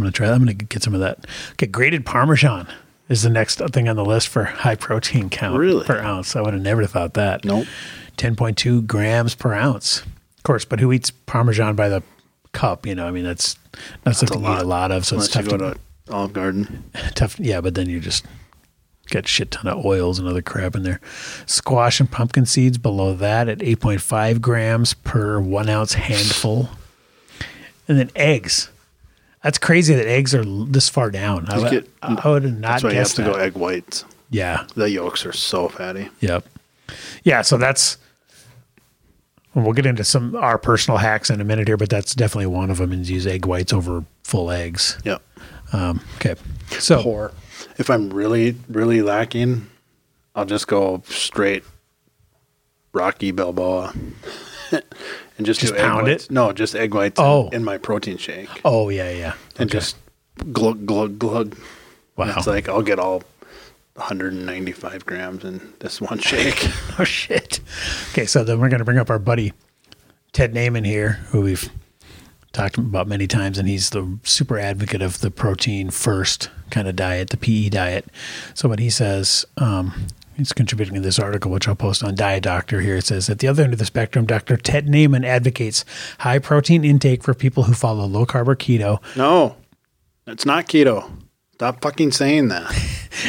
[SPEAKER 1] gonna try that. I'm gonna get some of that. Okay, grated parmesan is the next thing on the list for high protein count
[SPEAKER 2] Really?
[SPEAKER 1] per ounce. I would have never thought that.
[SPEAKER 2] Nope.
[SPEAKER 1] 10.2 grams per ounce. Of course, but who eats Parmesan by the cup? You know, I mean, that's not something you eat a lot of, so
[SPEAKER 2] Unless
[SPEAKER 1] it's tough
[SPEAKER 2] you go
[SPEAKER 1] to,
[SPEAKER 2] to Olive Garden.
[SPEAKER 1] tough. Yeah, but then you just get shit ton of oils and other crap in there. Squash and pumpkin seeds below that at 8.5 grams per one ounce handful. And then eggs. That's crazy that eggs are l- this far down. I,
[SPEAKER 2] You
[SPEAKER 1] would-
[SPEAKER 2] get-
[SPEAKER 1] I would have not
[SPEAKER 2] That's why you have
[SPEAKER 1] guessed
[SPEAKER 2] to go
[SPEAKER 1] that.
[SPEAKER 2] egg whites.
[SPEAKER 1] Yeah.
[SPEAKER 2] The yolks are so fatty.
[SPEAKER 1] Yep. Yeah. So that's, and we'll get into some our personal hacks in a minute here, but that's definitely one of them is use egg whites over full eggs.
[SPEAKER 2] Yep.
[SPEAKER 1] Um, okay. So,
[SPEAKER 2] Or if I'm really, really lacking, I'll just go straight Rocky Balboa <laughs> and just,
[SPEAKER 1] Just
[SPEAKER 2] do egg
[SPEAKER 1] pound
[SPEAKER 2] whites.
[SPEAKER 1] it?
[SPEAKER 2] No, just egg whites
[SPEAKER 1] Oh.
[SPEAKER 2] in my protein shake
[SPEAKER 1] oh, yeah, yeah.
[SPEAKER 2] and just glug, glug, glug.
[SPEAKER 1] Wow.
[SPEAKER 2] It's like I'll get all 195 grams in
[SPEAKER 1] <laughs>
[SPEAKER 2] this one shake.
[SPEAKER 1] oh, shit. Okay. So then we're going to bring up our buddy Ted Naiman here, who we've talked about many times, and he's the super advocate of the protein first kind of diet, the PE diet. So what he says, um, he's contributing to this article, which I'll post on Diet Doctor here. It says at the other end of the spectrum, Dr. Ted Naiman advocates high protein intake for people who follow low carb or keto,
[SPEAKER 2] no, it's not keto. Stop fucking saying that.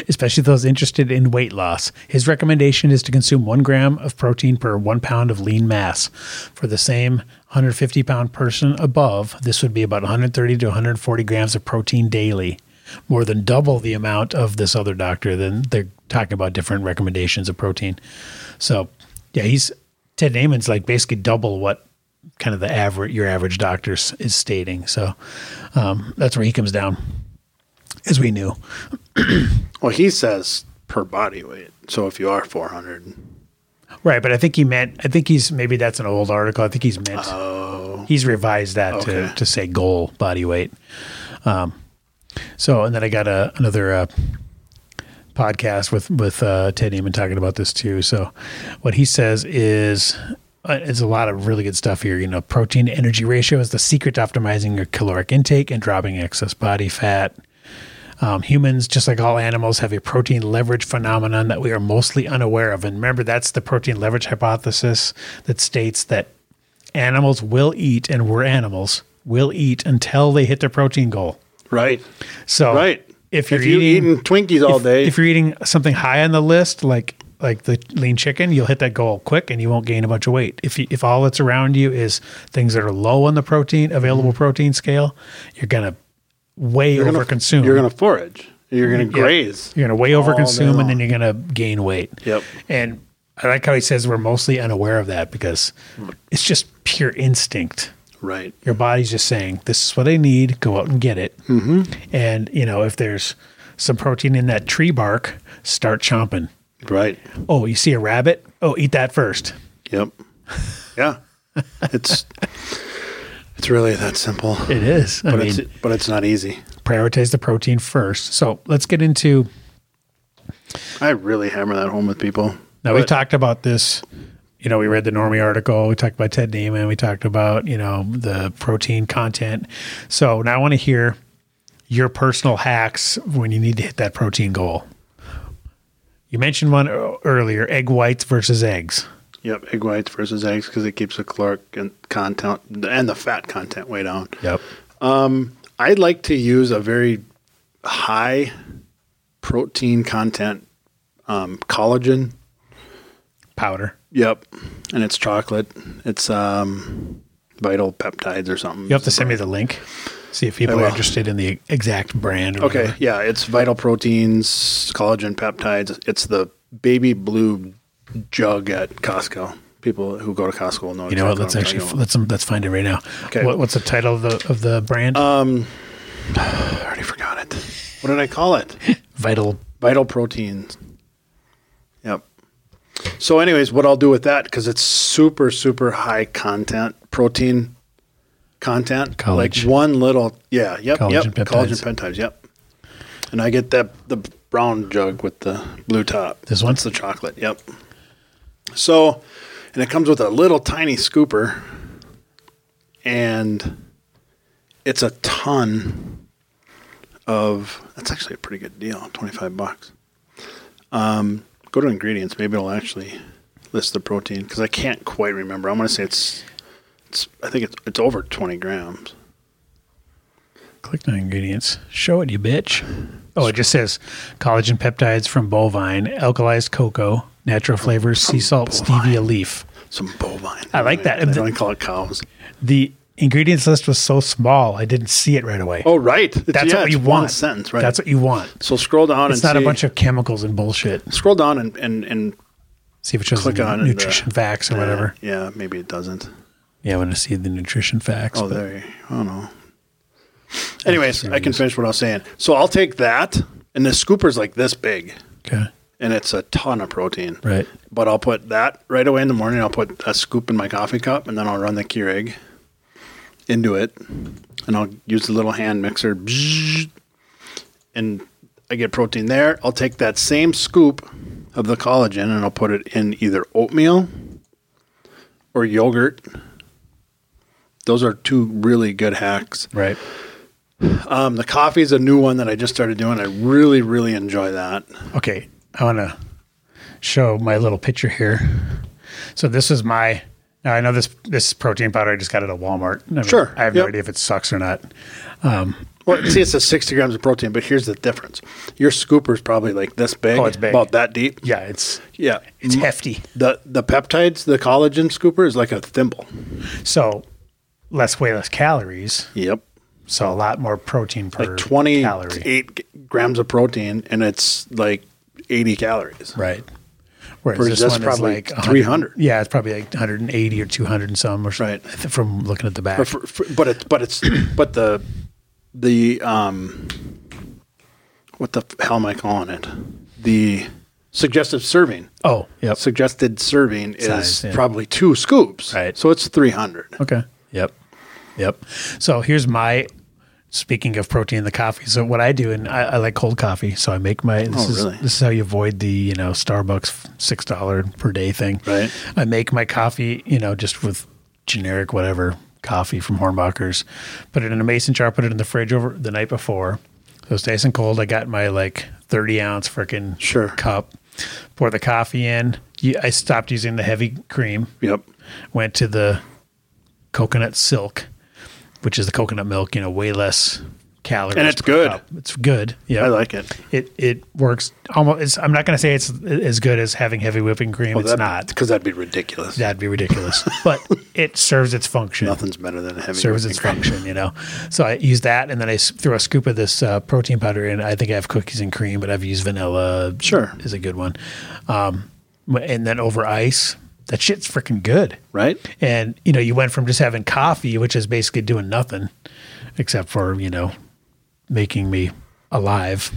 [SPEAKER 1] especially those interested in weight loss. His recommendation is to consume one gram of protein per one pound of lean mass. For the same 150 pound person above, this would be about 130 to 140 grams of protein daily, more than double the amount of this other doctor. Then they're talking about different recommendations of protein. So, yeah, he's Ted Naiman's like basically double what kind of the average your average doctor s- is stating. So um, that's where he comes down, as we knew.
[SPEAKER 2] Well, he says per body weight. So if you are 400,
[SPEAKER 1] Right, but I think he meant. I think he's maybe that's an old article. I think he's meant. he's revised that
[SPEAKER 2] Okay.
[SPEAKER 1] to to say goal body weight. Um, so and then I got a another uh, podcast with with uh, Ted Neiman talking about this too. So what he says is. Uh, it's a lot of really good stuff here. You know, protein to energy ratio is the secret to optimizing your caloric intake and dropping excess body fat. Um, humans, just like all animals, have a protein leverage phenomenon that we are mostly unaware of. And remember, that's the protein leverage hypothesis that states that animals will eat, and we're animals, will eat until they hit their protein goal.
[SPEAKER 2] right?
[SPEAKER 1] So,
[SPEAKER 2] Right.
[SPEAKER 1] if you're
[SPEAKER 2] you
[SPEAKER 1] eating,
[SPEAKER 2] eating Twinkies all
[SPEAKER 1] if,
[SPEAKER 2] day,
[SPEAKER 1] if you're eating something high on the list, like like the lean chicken, you'll hit that goal quick, and you won't gain a bunch of weight. If you, if all that's around you is things that are low on the protein available protein scale, you're gonna way
[SPEAKER 2] Mm-hmm. you're gonna-
[SPEAKER 1] overconsume.
[SPEAKER 2] You're going to forage. You're going to
[SPEAKER 1] Yeah.
[SPEAKER 2] graze.
[SPEAKER 1] You're going to way
[SPEAKER 2] All day
[SPEAKER 1] overconsume and
[SPEAKER 2] long.
[SPEAKER 1] then you're going to gain weight.
[SPEAKER 2] Yep.
[SPEAKER 1] And I like how he says we're mostly unaware of that because it's just pure instinct.
[SPEAKER 2] Right.
[SPEAKER 1] Your body's just saying, this is what I need, go out and get it. Mm-hmm. And, you know, if there's some protein in that tree bark, start chomping.
[SPEAKER 2] Right.
[SPEAKER 1] Oh, you see a rabbit? Oh, eat that first. <laughs>
[SPEAKER 2] Yep. Yeah. It's it's really that simple.
[SPEAKER 1] It is. I
[SPEAKER 2] But
[SPEAKER 1] mean,
[SPEAKER 2] it's but it's not easy.
[SPEAKER 1] prioritize the protein first. So let's get into.
[SPEAKER 2] I really hammer that home with people.
[SPEAKER 1] Now we've talked about this. You know, we read the Normie article. We talked about Ted Neiman. We talked about you know the protein content. So now I want to hear your personal hacks when you need to hit that protein goal. You mentioned one ear- earlier: egg whites versus eggs.
[SPEAKER 2] Yep, egg whites versus eggs because it keeps the caloric and content and the fat content way down.
[SPEAKER 1] Yep.
[SPEAKER 2] I like to use a very high protein content um, collagen.
[SPEAKER 1] Powder.
[SPEAKER 2] Yep, and it's chocolate. It's um, vital peptides or something.
[SPEAKER 1] You have to send me the link. See if people
[SPEAKER 2] I
[SPEAKER 1] are
[SPEAKER 2] will.
[SPEAKER 1] interested in the exact brand. Or
[SPEAKER 2] Okay,
[SPEAKER 1] whatever.
[SPEAKER 2] yeah, it's vital proteins, collagen peptides. It's the baby blue jug at Costco. People who go to Costco will know.
[SPEAKER 1] You know what?
[SPEAKER 2] exactly
[SPEAKER 1] Let's
[SPEAKER 2] I'm
[SPEAKER 1] actually
[SPEAKER 2] talking about.
[SPEAKER 1] let's let's find it right now.
[SPEAKER 2] Okay. Uh,
[SPEAKER 1] What, what's the title of the of the brand?
[SPEAKER 2] I already forgot it. What did I call it?
[SPEAKER 1] Vital
[SPEAKER 2] Vital proteins. Yep. So, anyways, what I'll do with that because it's super, super high content protein content.
[SPEAKER 1] College.
[SPEAKER 2] Like one little, yeah, yep, yep,
[SPEAKER 1] Collagen peptides.
[SPEAKER 2] collagen peptides, yep. And I get that the brown jug with the blue top.
[SPEAKER 1] This one?
[SPEAKER 2] That's the chocolate. Yep. So, and it comes with a little tiny scooper, and it's a ton of. That's actually a pretty good deal. Twenty five bucks. Um, go to ingredients. Maybe it'll actually list the protein because I can't quite remember. I'm going to say it's. It's. I think it's. It's over twenty grams.
[SPEAKER 1] Click on ingredients. Show it, you bitch. Oh, it just says collagen peptides from bovine, alkalized cocoa, natural flavors, sea salt, stevia leaf.
[SPEAKER 2] Some bovine.
[SPEAKER 1] I like that.
[SPEAKER 2] They don't call it cows.
[SPEAKER 1] The ingredients list was so small, I didn't see it right away.
[SPEAKER 2] Oh, right. It's-
[SPEAKER 1] That's
[SPEAKER 2] yeah,
[SPEAKER 1] what
[SPEAKER 2] it's
[SPEAKER 1] you
[SPEAKER 2] one
[SPEAKER 1] want.
[SPEAKER 2] sentence, right?
[SPEAKER 1] That's what you want.
[SPEAKER 2] so scroll down
[SPEAKER 1] It's
[SPEAKER 2] and
[SPEAKER 1] not
[SPEAKER 2] see,
[SPEAKER 1] a bunch of chemicals and bullshit.
[SPEAKER 2] scroll down and and, and
[SPEAKER 1] See if it shows
[SPEAKER 2] Click
[SPEAKER 1] the
[SPEAKER 2] on it,
[SPEAKER 1] nutrition
[SPEAKER 2] uh,
[SPEAKER 1] facts or whatever.
[SPEAKER 2] Yeah, maybe it doesn't.
[SPEAKER 1] Yeah, I want to see the nutrition facts.
[SPEAKER 2] Oh,
[SPEAKER 1] but
[SPEAKER 2] there. you- I don't know. Anyways, I can finish what I was saying. So I'll take that, and the scooper's like this big,
[SPEAKER 1] okay.
[SPEAKER 2] and it's a ton of protein.
[SPEAKER 1] Right.
[SPEAKER 2] But I'll put that right away in the morning. I'll put a scoop in my coffee cup, and then I'll run the Keurig into it, and I'll use the little hand mixer, bzzz, and I get protein there. I'll take that same scoop of the collagen, and I'll put it in either oatmeal or yogurt. Those are two really good hacks.
[SPEAKER 1] Right.
[SPEAKER 2] Um, the coffee is a new one that I just started doing. I really, really enjoy that.
[SPEAKER 1] Okay, I want to show my little picture here. So this is my. Now I know this this protein powder. I just got it at Walmart. I mean,
[SPEAKER 2] Sure,
[SPEAKER 1] I have no
[SPEAKER 2] yep.
[SPEAKER 1] idea if it sucks or not.
[SPEAKER 2] Well, see, it's a 60 grams of protein, but here's the difference. Your scooper is probably like this big,
[SPEAKER 1] Oh, it's big.
[SPEAKER 2] about that deep.
[SPEAKER 1] Yeah, it's
[SPEAKER 2] Yeah. Mm-hmm.
[SPEAKER 1] it's hefty.
[SPEAKER 2] The the peptides, the collagen scooper is like a thimble.
[SPEAKER 1] So less way less calories.
[SPEAKER 2] Yep.
[SPEAKER 1] So a lot more protein per
[SPEAKER 2] Like 28
[SPEAKER 1] calorie.
[SPEAKER 2] g- grams of protein, and it's like 80 calories.
[SPEAKER 1] Right. Whereas
[SPEAKER 2] Whereas
[SPEAKER 1] this
[SPEAKER 2] that's
[SPEAKER 1] one
[SPEAKER 2] probably
[SPEAKER 1] is like 100
[SPEAKER 2] 300.
[SPEAKER 1] Yeah, it's probably like 180 or 200 and some or
[SPEAKER 2] Right.
[SPEAKER 1] something from looking at the back.
[SPEAKER 2] But, for, for, but it's but it's but the the um what the hell am I calling it? The suggestive serving.
[SPEAKER 1] oh, yep.
[SPEAKER 2] Suggested serving
[SPEAKER 1] Size,
[SPEAKER 2] is
[SPEAKER 1] yeah.
[SPEAKER 2] probably two scoops.
[SPEAKER 1] Right.
[SPEAKER 2] So it's 300.
[SPEAKER 1] Okay. Yep. Yep. So here's my speaking of protein in the coffee. So what I do, and I, I like cold coffee, so I make my. This
[SPEAKER 2] Oh,
[SPEAKER 1] is,
[SPEAKER 2] really?
[SPEAKER 1] This is how you avoid the you know Starbucks six dollar per day thing.
[SPEAKER 2] Right.
[SPEAKER 1] I make my coffee, you know, just with generic whatever coffee from Hornbacher's. Put it in a mason jar. Put it in the fridge over the night before. So it's nice and cold. I got my like thirty ounce freaking
[SPEAKER 2] Sure.
[SPEAKER 1] cup. Pour the coffee in. You- I stopped using the heavy cream
[SPEAKER 2] Yep.
[SPEAKER 1] went to the coconut silk, which is the coconut milk, you know, way less calories.
[SPEAKER 2] And it's
[SPEAKER 1] per
[SPEAKER 2] good.
[SPEAKER 1] cup. It's good. Yeah.
[SPEAKER 2] I like it.
[SPEAKER 1] it. It works almost. It's, I'm not going to say it's as good as having heavy whipping cream. it's not.
[SPEAKER 2] because that'd be ridiculous.
[SPEAKER 1] That'd be
[SPEAKER 2] <laughs>
[SPEAKER 1] ridiculous. but it serves its function.
[SPEAKER 2] Nothing's better than a heavy.
[SPEAKER 1] Serves
[SPEAKER 2] whipping
[SPEAKER 1] its
[SPEAKER 2] cream.
[SPEAKER 1] function, you know. So I use that, and then I s- threw a scoop of this uh, protein powder in. I think I have cookies and cream, but I've used vanilla.
[SPEAKER 2] Sure.
[SPEAKER 1] is a good one. Um, and then over ice, that shit's freaking good.
[SPEAKER 2] right?
[SPEAKER 1] And you know, you went from just having coffee, which is basically doing nothing except for, you know, making me alive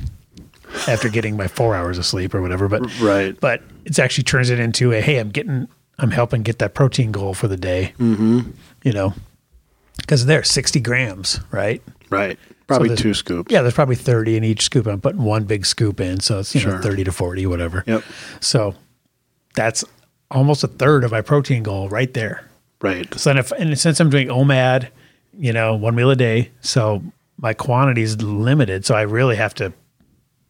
[SPEAKER 1] after getting my four hours of sleep or whatever. But
[SPEAKER 2] Right.
[SPEAKER 1] but it's actually turns it into a hey, I'm getting, I'm helping get that protein goal for the day. Mm-hmm. You know, because they're 60 grams, right?
[SPEAKER 2] Right. Probably
[SPEAKER 1] there's-
[SPEAKER 2] two scoops.
[SPEAKER 1] Yeah, there's probably 30 in each scoop. I'm putting one big scoop in, so it's you know
[SPEAKER 2] Sure.
[SPEAKER 1] 30 to 40, whatever.
[SPEAKER 2] Yep.
[SPEAKER 1] So that's almost a third of my protein goal right there.
[SPEAKER 2] Right.
[SPEAKER 1] So then if and since I'm doing OMAD, you know, one meal a day, so my quantity is limited. So I really have to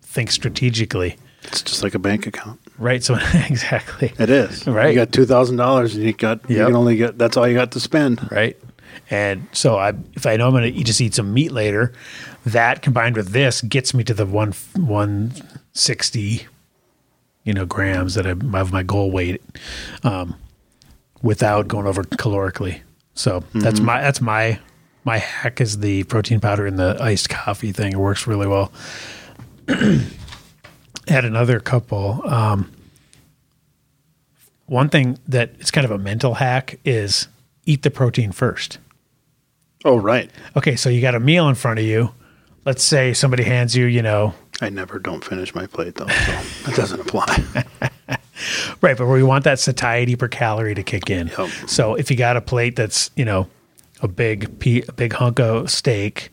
[SPEAKER 1] think strategically,
[SPEAKER 2] It's just like a bank account.
[SPEAKER 1] right? So <laughs> exactly,
[SPEAKER 2] It is.
[SPEAKER 1] Right.
[SPEAKER 2] You got two thousand dollars and you got you
[SPEAKER 1] Yep.
[SPEAKER 2] can only get that's all you got to spend.
[SPEAKER 1] right? And so I, if I know I'm going to just eat some meat later, that combined with this gets me to the one one sixty, you know, grams that I have my goal weight, um, without going over calorically. So that's my that's my my hack is the protein powder in the iced coffee thing. It works really well. <clears throat> Had another couple. Um, one thing that it's kind of a mental hack is eat the protein first
[SPEAKER 2] Oh right.
[SPEAKER 1] okay, so you got a meal in front of you. Let's say somebody hands you, you know,
[SPEAKER 2] I never don't finish my plate though, so <laughs> that doesn't apply.
[SPEAKER 1] right, but we want that satiety per calorie to kick in.
[SPEAKER 2] Yep.
[SPEAKER 1] So if you got a plate that's, you know, a big pe- a big hunk of steak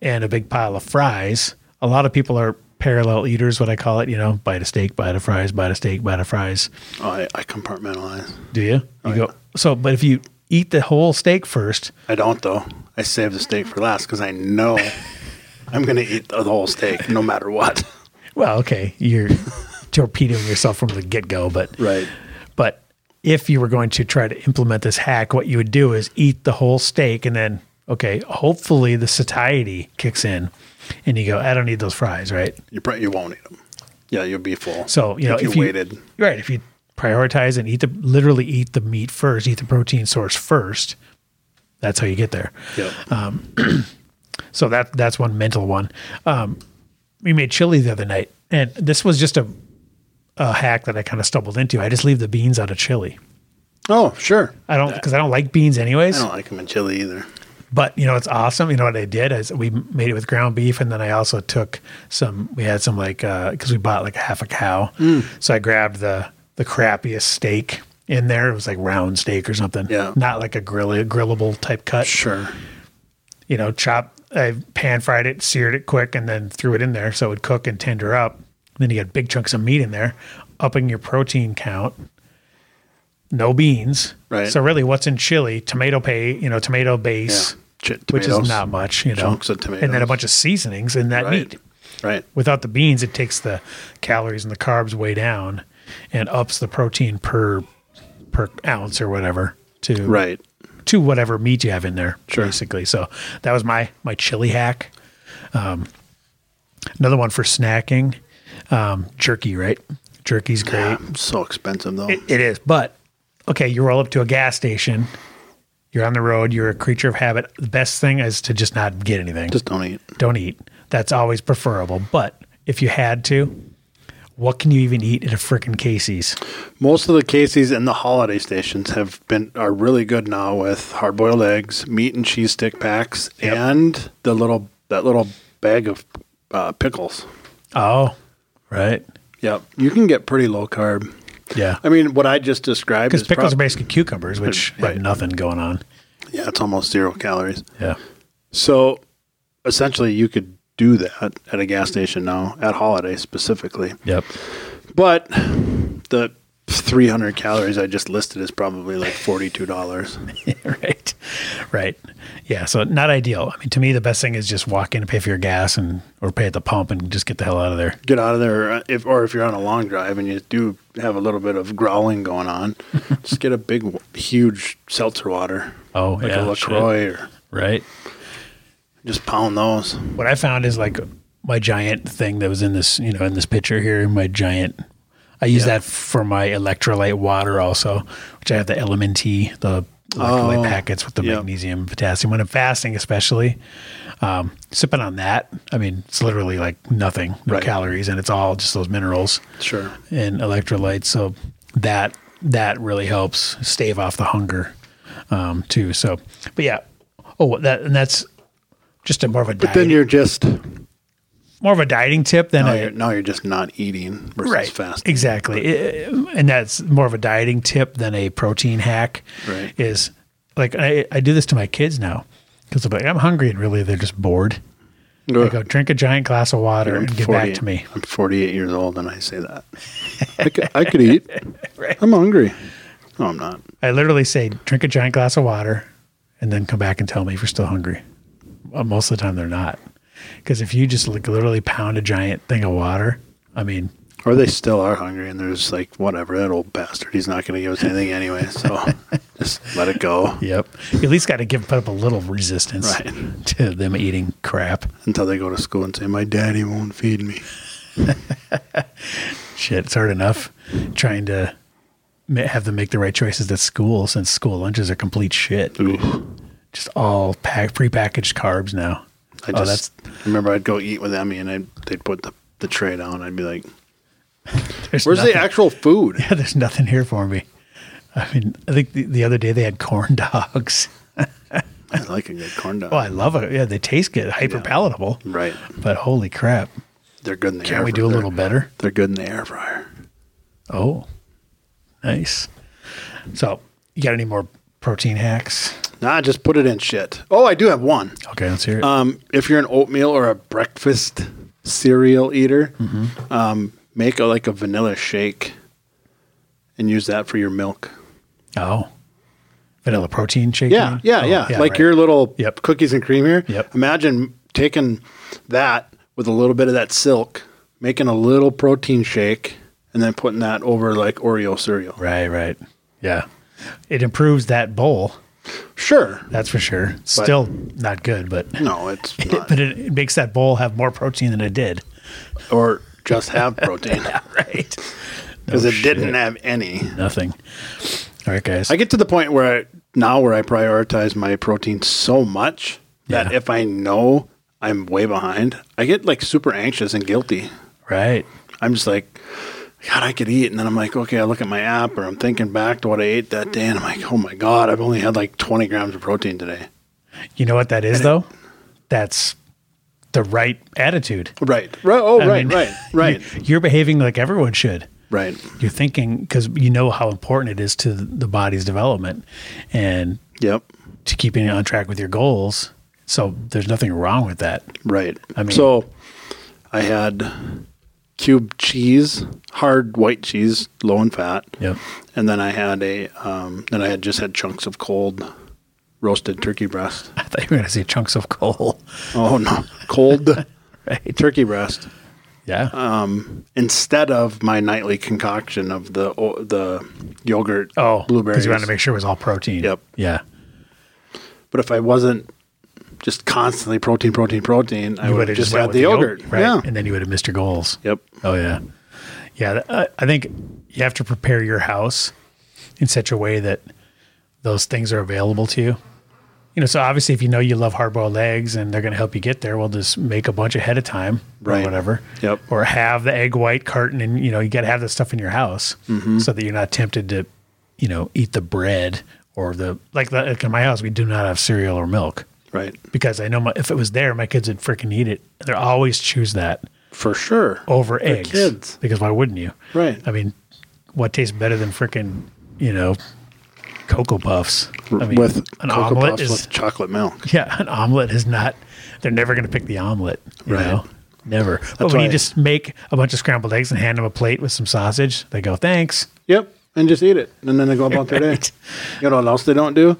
[SPEAKER 1] and a big pile of fries, a lot of people are parallel eaters, what I call it, you know, bite of steak, bite of fries, bite of steak, bite of fries.
[SPEAKER 2] Oh, I, I compartmentalize.
[SPEAKER 1] Do you? You go so but if you eat the whole steak first,
[SPEAKER 2] I don't though. I save the steak for last because I know I'm gonna eat the whole steak no matter what.
[SPEAKER 1] well, okay, you're <laughs> torpedoing yourself from the get go, but
[SPEAKER 2] Right.
[SPEAKER 1] But if you were going to try to implement this hack, what you would do is eat the whole steak and then, okay, hopefully the satiety kicks in and you go, I don't need those fries, right?
[SPEAKER 2] You probably you won't eat them. Yeah, you'll be full.
[SPEAKER 1] So, you know,
[SPEAKER 2] if you waited,
[SPEAKER 1] right, if you prioritize and eat the, literally eat the meat first, eat the protein source first, that's how you get there.
[SPEAKER 2] yep.
[SPEAKER 1] So that that's one mental one. Um, we made chili the other night, and this was just a, a hack that I kind of stumbled into. I just leave the beans out of chili.
[SPEAKER 2] oh sure.
[SPEAKER 1] I don't because I don't like beans anyways.
[SPEAKER 2] I don't like them in chili either.
[SPEAKER 1] but you know it's awesome you know what i did is we made it with ground beef and then i also took some we had some like because we bought like half a cow
[SPEAKER 2] Mm.
[SPEAKER 1] so i grabbed the the crappiest steak in there it was like round steak or something
[SPEAKER 2] Yeah.
[SPEAKER 1] not like a grill grillable type cut
[SPEAKER 2] Sure.
[SPEAKER 1] you know chop i pan fried it seared it quick and then threw it in there so it would cook and tender up then you got big chunks of meat in there upping your protein count no beans
[SPEAKER 2] Right.
[SPEAKER 1] so really what's in chili tomato pay you know tomato
[SPEAKER 2] Yeah.
[SPEAKER 1] base
[SPEAKER 2] Ch-
[SPEAKER 1] which is
[SPEAKER 2] tomatoes.
[SPEAKER 1] not much, you know.
[SPEAKER 2] Chunks of
[SPEAKER 1] And then a
[SPEAKER 2] tomatoes.
[SPEAKER 1] bunch of seasonings in that
[SPEAKER 2] right.
[SPEAKER 1] meat.
[SPEAKER 2] Right.
[SPEAKER 1] Without the beans, it takes the calories and the carbs way down and ups the protein per per ounce or whatever to
[SPEAKER 2] Right.
[SPEAKER 1] to whatever meat you have in there,
[SPEAKER 2] Sure.
[SPEAKER 1] basically. So that was my my chili hack. Um, another one for snacking, um, jerky, right? Jerky's great.
[SPEAKER 2] Yeah, so expensive though.
[SPEAKER 1] It, it is, but okay, you roll up to a gas station. You're on the road. You're a creature of habit. The best thing is to just not get anything
[SPEAKER 2] Just don't eat.
[SPEAKER 1] don't eat. That's always preferable. But if you had to, what can you even eat at a frickin' Casey's?
[SPEAKER 2] Most of the Casey's and the holiday stations have been are really good now with hard boiled eggs, meat and cheese stick packs, and the little that little bag of uh, pickles.
[SPEAKER 1] Oh, right.
[SPEAKER 2] Yep, you can get pretty low carb.
[SPEAKER 1] Yeah.
[SPEAKER 2] I mean, what I just described
[SPEAKER 1] Because
[SPEAKER 2] is
[SPEAKER 1] pickles are
[SPEAKER 2] prob-
[SPEAKER 1] basically cucumbers, which
[SPEAKER 2] Right.
[SPEAKER 1] have nothing going on.
[SPEAKER 2] yeah, it's almost zero calories.
[SPEAKER 1] Yeah.
[SPEAKER 2] So essentially, you could do that at a gas station now at holiday specifically.
[SPEAKER 1] Yep.
[SPEAKER 2] But the 300 calories I just listed is probably like $42.
[SPEAKER 1] <laughs> right. Right. Yeah. So not ideal. I mean, to me, the best thing is just walk in and pay for your gas and or pay at the pump and just get the hell out of there.
[SPEAKER 2] Get out of there uh, if or if you're on a long drive and you do have a little bit of growling going on, <laughs> just get a big huge seltzer water.
[SPEAKER 1] Oh,
[SPEAKER 2] like
[SPEAKER 1] yeah,
[SPEAKER 2] a
[SPEAKER 1] shit.
[SPEAKER 2] LaCroix or
[SPEAKER 1] Right.
[SPEAKER 2] just pound those.
[SPEAKER 1] what I found is like my giant thing that was in this, you know, in this picture here, my giant. I use that for my electrolyte water also, which I have the element T, the electrolyte
[SPEAKER 2] Oh,
[SPEAKER 1] packets with the
[SPEAKER 2] yeah.
[SPEAKER 1] magnesium and potassium. When I'm fasting, especially, um, sipping on that, I mean, it's literally like nothing, no
[SPEAKER 2] Right.
[SPEAKER 1] calories, and it's all just those minerals
[SPEAKER 2] Sure.
[SPEAKER 1] and electrolytes. So that that really helps stave off the hunger um, too. So, but yeah, oh, that and that's just a more of a diet.
[SPEAKER 2] Then you're just
[SPEAKER 1] more of a dieting tip than
[SPEAKER 2] Now
[SPEAKER 1] a
[SPEAKER 2] you're, now you're just not eating versus fasting.
[SPEAKER 1] Exactly. I- and that's more of a dieting tip than a protein hack.
[SPEAKER 2] Right.
[SPEAKER 1] Is like I, I do this to my kids now because I'm like, I'm hungry and really they're just bored. I go drink a giant glass of water and get back to me.
[SPEAKER 2] I'm 48 years old and I say that. <laughs> I could, I could <laughs> eat. I'm hungry. No, I'm not.
[SPEAKER 1] I literally say, drink a giant glass of water and then come back and tell me if you're still hungry. Well, most of the time they're not. Because if you just like literally pound a giant thing of water, I mean,
[SPEAKER 2] Or they still are hungry and there's like, whatever, that old bastard, he's not going to give us anything anyway. <laughs> So just let it go
[SPEAKER 1] yep. You at least got to give put up a little resistance
[SPEAKER 2] Right.
[SPEAKER 1] to them eating crap.
[SPEAKER 2] until they go to school and say, my daddy won't feed me.
[SPEAKER 1] shit, it's hard enough trying to ma- have them make the right choices at school since school lunches are complete shit. Just all pack, prepackaged carbs now.
[SPEAKER 2] I
[SPEAKER 1] oh,
[SPEAKER 2] just remember I'd go eat with Emmy and I'd, they'd put the, the tray down. I'd be like,
[SPEAKER 1] that's, there's
[SPEAKER 2] where's the
[SPEAKER 1] nothing,
[SPEAKER 2] actual food?
[SPEAKER 1] <laughs> There's nothing here for me. I mean, I think the, the other day they had corn <laughs> dogs.
[SPEAKER 2] <laughs> I like a good corn dog.
[SPEAKER 1] Oh, I love it. Yeah, they taste good, hyper palatable.
[SPEAKER 2] Right.
[SPEAKER 1] But holy crap,
[SPEAKER 2] They're good in the air.
[SPEAKER 1] can't we do a
[SPEAKER 2] they're-
[SPEAKER 1] little better?
[SPEAKER 2] They're good in the air fryer.
[SPEAKER 1] Oh, nice. So, you got any more protein hacks?
[SPEAKER 2] Nah, just put it in shit. Oh, I do have one.
[SPEAKER 1] Okay, let's hear it.
[SPEAKER 2] Um, if you're an oatmeal or a breakfast cereal eater, um, make a, like a vanilla shake and use that for your milk.
[SPEAKER 1] Oh, vanilla protein shake. you
[SPEAKER 2] Yeah,
[SPEAKER 1] mean?
[SPEAKER 2] yeah,
[SPEAKER 1] Oh,
[SPEAKER 2] yeah. Like
[SPEAKER 1] right.
[SPEAKER 2] your little
[SPEAKER 1] Yep.
[SPEAKER 2] cookies and cream here.
[SPEAKER 1] Yep.
[SPEAKER 2] Imagine taking that with a little bit of that silk, making a little protein shake, and then putting that over like Oreo cereal.
[SPEAKER 1] right, right. Yeah, it improves that bowl.
[SPEAKER 2] Sure.
[SPEAKER 1] That's for sure. Still not good, but
[SPEAKER 2] No, it's <laughs> not.
[SPEAKER 1] but it, it makes that bowl have more protein than it
[SPEAKER 2] <laughs>
[SPEAKER 1] did.
[SPEAKER 2] or just
[SPEAKER 1] <laughs>
[SPEAKER 2] have protein
[SPEAKER 1] Right.
[SPEAKER 2] because
[SPEAKER 1] No
[SPEAKER 2] it didn't
[SPEAKER 1] shit.
[SPEAKER 2] have any.
[SPEAKER 1] Nothing. All right, guys.
[SPEAKER 2] I get to the point where I now where I prioritize my protein so much that
[SPEAKER 1] Yeah.
[SPEAKER 2] if I know I'm way behind, I get like super anxious and guilty.
[SPEAKER 1] right.
[SPEAKER 2] I'm just like, God, I could eat, and then I'm like, okay, I look at my app, or I'm thinking back to what I ate that day, and I'm like, oh my God, I've only had like 20 grams of protein today.
[SPEAKER 1] You know what that is though? That's the right attitude.
[SPEAKER 2] Right. Right. Oh,
[SPEAKER 1] I
[SPEAKER 2] right,
[SPEAKER 1] mean, <laughs>
[SPEAKER 2] right. Right.
[SPEAKER 1] You're behaving like everyone should.
[SPEAKER 2] Right.
[SPEAKER 1] You're thinking because you know how important it is to the body's development, and
[SPEAKER 2] Yep.
[SPEAKER 1] to keeping on track with your goals. So there's nothing wrong with that.
[SPEAKER 2] Right.
[SPEAKER 1] I mean-
[SPEAKER 2] so I had cube cheese, hard white cheese, low in fat.
[SPEAKER 1] Yep.
[SPEAKER 2] And then I had a, um, then I had just had chunks of cold roasted
[SPEAKER 1] <laughs>
[SPEAKER 2] turkey breast.
[SPEAKER 1] <laughs> I thought you were going to say chunks of coal. <laughs>
[SPEAKER 2] Oh no, cold
[SPEAKER 1] Right.
[SPEAKER 2] turkey breast
[SPEAKER 1] Yeah.
[SPEAKER 2] Uh, instead of my nightly concoction of the o- the yogurt,
[SPEAKER 1] oh,
[SPEAKER 2] blueberries.
[SPEAKER 1] Because you wanted to make sure it was all protein.
[SPEAKER 2] Yep.
[SPEAKER 1] Yeah.
[SPEAKER 2] but if I wasn't just constantly protein, protein, protein, I
[SPEAKER 1] You
[SPEAKER 2] would
[SPEAKER 1] would've
[SPEAKER 2] have just
[SPEAKER 1] went
[SPEAKER 2] had
[SPEAKER 1] with
[SPEAKER 2] the
[SPEAKER 1] yog-
[SPEAKER 2] yogurt.
[SPEAKER 1] right.
[SPEAKER 2] Yeah.
[SPEAKER 1] And then you would have missed your goals.
[SPEAKER 2] yep.
[SPEAKER 1] Oh, yeah. Yeah. th- uh, I, I think you have to prepare your house in such a way that those things are available to you. You know, so obviously, if you know you love hard boiled eggs and they're going to help you get there, well, just make a bunch ahead of time
[SPEAKER 2] Right.
[SPEAKER 1] or whatever.
[SPEAKER 2] Yep.
[SPEAKER 1] Or have the egg white carton and, you know, you got to have the stuff in your house
[SPEAKER 2] Mm-hmm.
[SPEAKER 1] so that you're not tempted to, you know, eat the bread or the, like, the, like in my house, we do not have cereal or milk
[SPEAKER 2] Right.
[SPEAKER 1] because I know my, if it was there, my kids would freaking eat it. They always choose that
[SPEAKER 2] For sure.
[SPEAKER 1] over eggs.
[SPEAKER 2] kids.
[SPEAKER 1] Because why wouldn't you?
[SPEAKER 2] Right.
[SPEAKER 1] Oh, I mean, what tastes better than freaking, you know, Cocoa Puffs? I mean,
[SPEAKER 2] with
[SPEAKER 1] an
[SPEAKER 2] Cocoa
[SPEAKER 1] omelet
[SPEAKER 2] Puffs
[SPEAKER 1] is
[SPEAKER 2] with chocolate
[SPEAKER 1] <laughs>
[SPEAKER 2] milk.
[SPEAKER 1] yeah, an omelet is not. They're never going to pick the omelet, you
[SPEAKER 2] Right.
[SPEAKER 1] know, never. but when
[SPEAKER 2] why-
[SPEAKER 1] you just make a bunch of scrambled eggs and hand them a plate with some sausage, they go thanks.
[SPEAKER 2] Yep, and just eat it, and then they go about their
[SPEAKER 1] Right.
[SPEAKER 2] day. You know what else they don't do?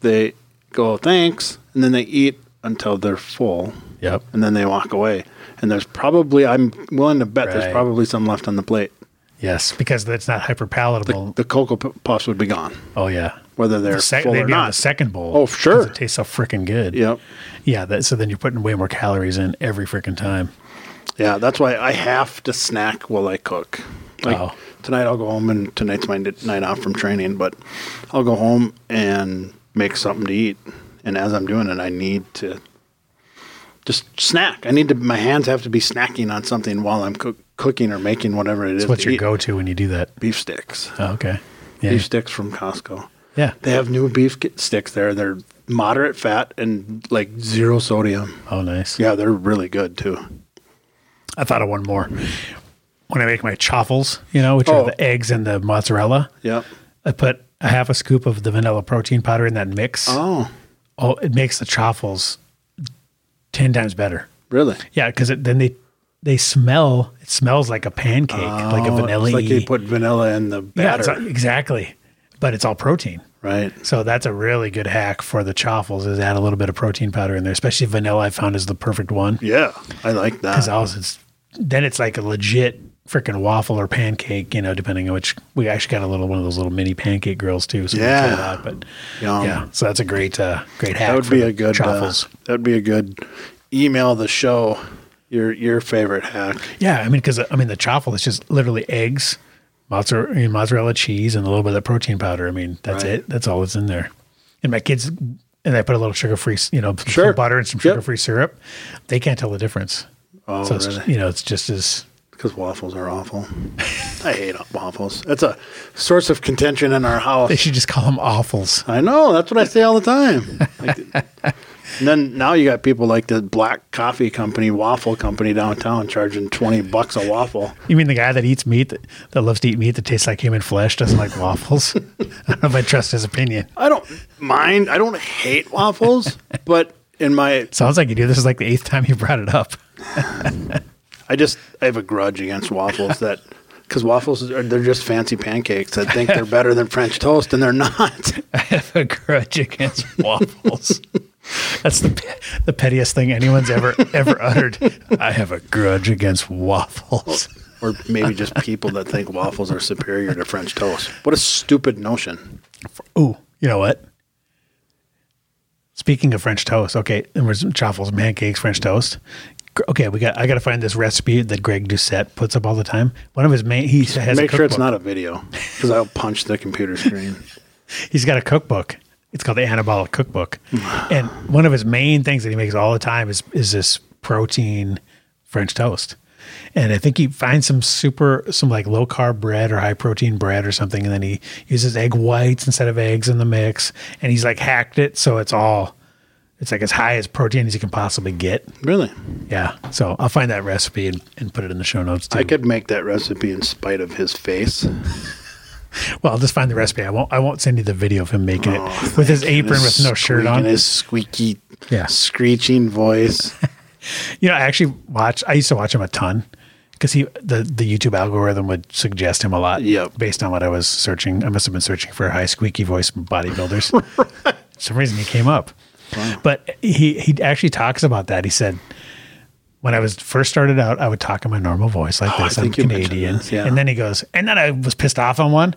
[SPEAKER 2] They go thanks, and then they eat until they're full,
[SPEAKER 1] Yep.
[SPEAKER 2] and then they walk away. And there's probably I'm willing to bet
[SPEAKER 1] Right.
[SPEAKER 2] there's probably some left on the plate.
[SPEAKER 1] Yes, because that's not hyper palatable.
[SPEAKER 2] The cocoa P- puffs would be gone,
[SPEAKER 1] oh yeah.
[SPEAKER 2] whether they're
[SPEAKER 1] The sec-
[SPEAKER 2] full
[SPEAKER 1] they'd
[SPEAKER 2] or
[SPEAKER 1] be on the
[SPEAKER 2] not.
[SPEAKER 1] second bowl.
[SPEAKER 2] Oh,
[SPEAKER 1] 'cause
[SPEAKER 2] sure.
[SPEAKER 1] It tastes so freaking good.
[SPEAKER 2] Yep.
[SPEAKER 1] Yeah. That, so then you're putting way more calories in every freaking time.
[SPEAKER 2] Yeah, that's why I have to snack while I cook. Like
[SPEAKER 1] Oh.
[SPEAKER 2] tonight, I'll go home, and tonight's my n- night off from training. But I'll go home and make something to eat. And as I'm doing it, I need to just snack. I need to. My hands have to be snacking on something while I'm cook, cooking or making whatever it is.
[SPEAKER 1] What's
[SPEAKER 2] to
[SPEAKER 1] your
[SPEAKER 2] eat.
[SPEAKER 1] go to when you do that?
[SPEAKER 2] Beef sticks.
[SPEAKER 1] Oh, okay. Yeah.
[SPEAKER 2] Beef sticks from Costco.
[SPEAKER 1] Yeah.
[SPEAKER 2] They have new beef ki- sticks there. They're moderate fat and like zero sodium.
[SPEAKER 1] Oh, nice.
[SPEAKER 2] Yeah, they're really good too.
[SPEAKER 1] I thought of one more. When I make my chaffles, you know, which
[SPEAKER 2] Oh.
[SPEAKER 1] are the eggs and the mozzarella,
[SPEAKER 2] Yep.
[SPEAKER 1] I put a half a scoop of the vanilla protein powder in that mix.
[SPEAKER 2] Oh,
[SPEAKER 1] Oh, it makes the chaffles ten times better.
[SPEAKER 2] really?
[SPEAKER 1] Yeah, because then they they smell. It smells like a pancake, like a
[SPEAKER 2] Oh,
[SPEAKER 1] vanilla.
[SPEAKER 2] It's like they put vanilla in the
[SPEAKER 1] yeah,
[SPEAKER 2] batter,
[SPEAKER 1] it's- exactly. But it's all protein.
[SPEAKER 2] right?
[SPEAKER 1] So that's a really good hack for the chaffles is add a little bit of protein powder in there, especially vanilla. I found is the perfect one
[SPEAKER 2] Yeah, I like
[SPEAKER 1] because
[SPEAKER 2] that.
[SPEAKER 1] else it's then it's like a legit freaking waffle or pancake, you know, depending on which. We actually got a little one of those little mini pancake grills too. So we
[SPEAKER 2] Yeah.
[SPEAKER 1] tried that, but
[SPEAKER 2] Yum.
[SPEAKER 1] yeah, so that's a great uh, great hack.
[SPEAKER 2] that would
[SPEAKER 1] for
[SPEAKER 2] be
[SPEAKER 1] the
[SPEAKER 2] a good. Uh,
[SPEAKER 1] chaffles.
[SPEAKER 2] that would be a good email the show. Your your favorite hack.
[SPEAKER 1] Yeah, I mean, because I mean, the chaffle is just literally eggs, mozzarella, I mean, mozzarella cheese, and a little bit of that protein powder. I mean, that's
[SPEAKER 2] Right.
[SPEAKER 1] it. That's all that's in there. And my kids, and I put a little sugar-free, you know, some
[SPEAKER 2] Sure.
[SPEAKER 1] butter and some
[SPEAKER 2] Yep.
[SPEAKER 1] sugar-free syrup. They can't tell the difference.
[SPEAKER 2] Oh,
[SPEAKER 1] so it's,
[SPEAKER 2] really?
[SPEAKER 1] you know, it's just as
[SPEAKER 2] Because waffles are
[SPEAKER 1] <laughs>
[SPEAKER 2] awful. I hate waffles. That's a source of contention in our house.
[SPEAKER 1] they should just call them offals.
[SPEAKER 2] I know. That's what I say all the time. Like, and then now you got people like the Black Coffee Company, Waffle Company downtown, charging twenty bucks a waffle.
[SPEAKER 1] You mean the guy that eats meat that, that loves to eat meat that tastes like human flesh doesn't like <laughs> waffles? I don't know if I trust his opinion.
[SPEAKER 2] I don't mind. I don't
[SPEAKER 1] <laughs>
[SPEAKER 2] hate waffles, but in my,
[SPEAKER 1] Sounds like you do. This is like the eighth time you brought it up.
[SPEAKER 2] I just I have a grudge against waffles <laughs> that. Because waffles are they're just fancy pancakes that think they're better than French toast, and they're not.
[SPEAKER 1] <laughs> I have a grudge against waffles. That's the pe- the pettiest thing anyone's ever ever uttered. I have a grudge against waffles.
[SPEAKER 2] <laughs> or maybe just people that think waffles are superior to French toast. What a stupid notion!
[SPEAKER 1] Ooh, you know what? Speaking of French toast, okay, there was some chaffles, pancakes, French toast. Gr- Okay, we got. I got to find this recipe that Greg Doucette puts up all the time. One of his main, he has a
[SPEAKER 2] Make sure it's
[SPEAKER 1] cookbook.
[SPEAKER 2] not a video because I'll punch the computer screen.
[SPEAKER 1] he's got a cookbook. It's called the Anabolic Cookbook, and one of his main things that he makes all the time is is this protein French toast. And I think he finds some super some like low carb bread or high protein bread or something, and then he uses egg whites instead of eggs in the mix, and he's like hacked it so it's all it's like as high as protein as you can possibly get.
[SPEAKER 2] Really,
[SPEAKER 1] Yeah. So I'll find that recipe and, and put it in the show notes too.
[SPEAKER 2] I could make that recipe in spite of his face.
[SPEAKER 1] well, I'll just find the recipe. I won't I won't send you the video of him making
[SPEAKER 2] Oh,
[SPEAKER 1] it with his apron with no shirt on.
[SPEAKER 2] and his squeaky,
[SPEAKER 1] Yeah. <laughs>
[SPEAKER 2] screeching voice.
[SPEAKER 1] You know, I actually watch. I used to watch him a ton because he the the YouTube algorithm would suggest him a lot.
[SPEAKER 2] Yep.
[SPEAKER 1] Based on what I was searching, I must have been searching for high squeaky voice bodybuilders. For some reason, he came up. But he he actually talks about that. He said. When I was first started out, I would talk in my normal voice like
[SPEAKER 2] Oh, I
[SPEAKER 1] this. I'm
[SPEAKER 2] think you mentioned
[SPEAKER 1] Canadian,
[SPEAKER 2] this, yeah.
[SPEAKER 1] and then he goes, and then I was pissed off on one,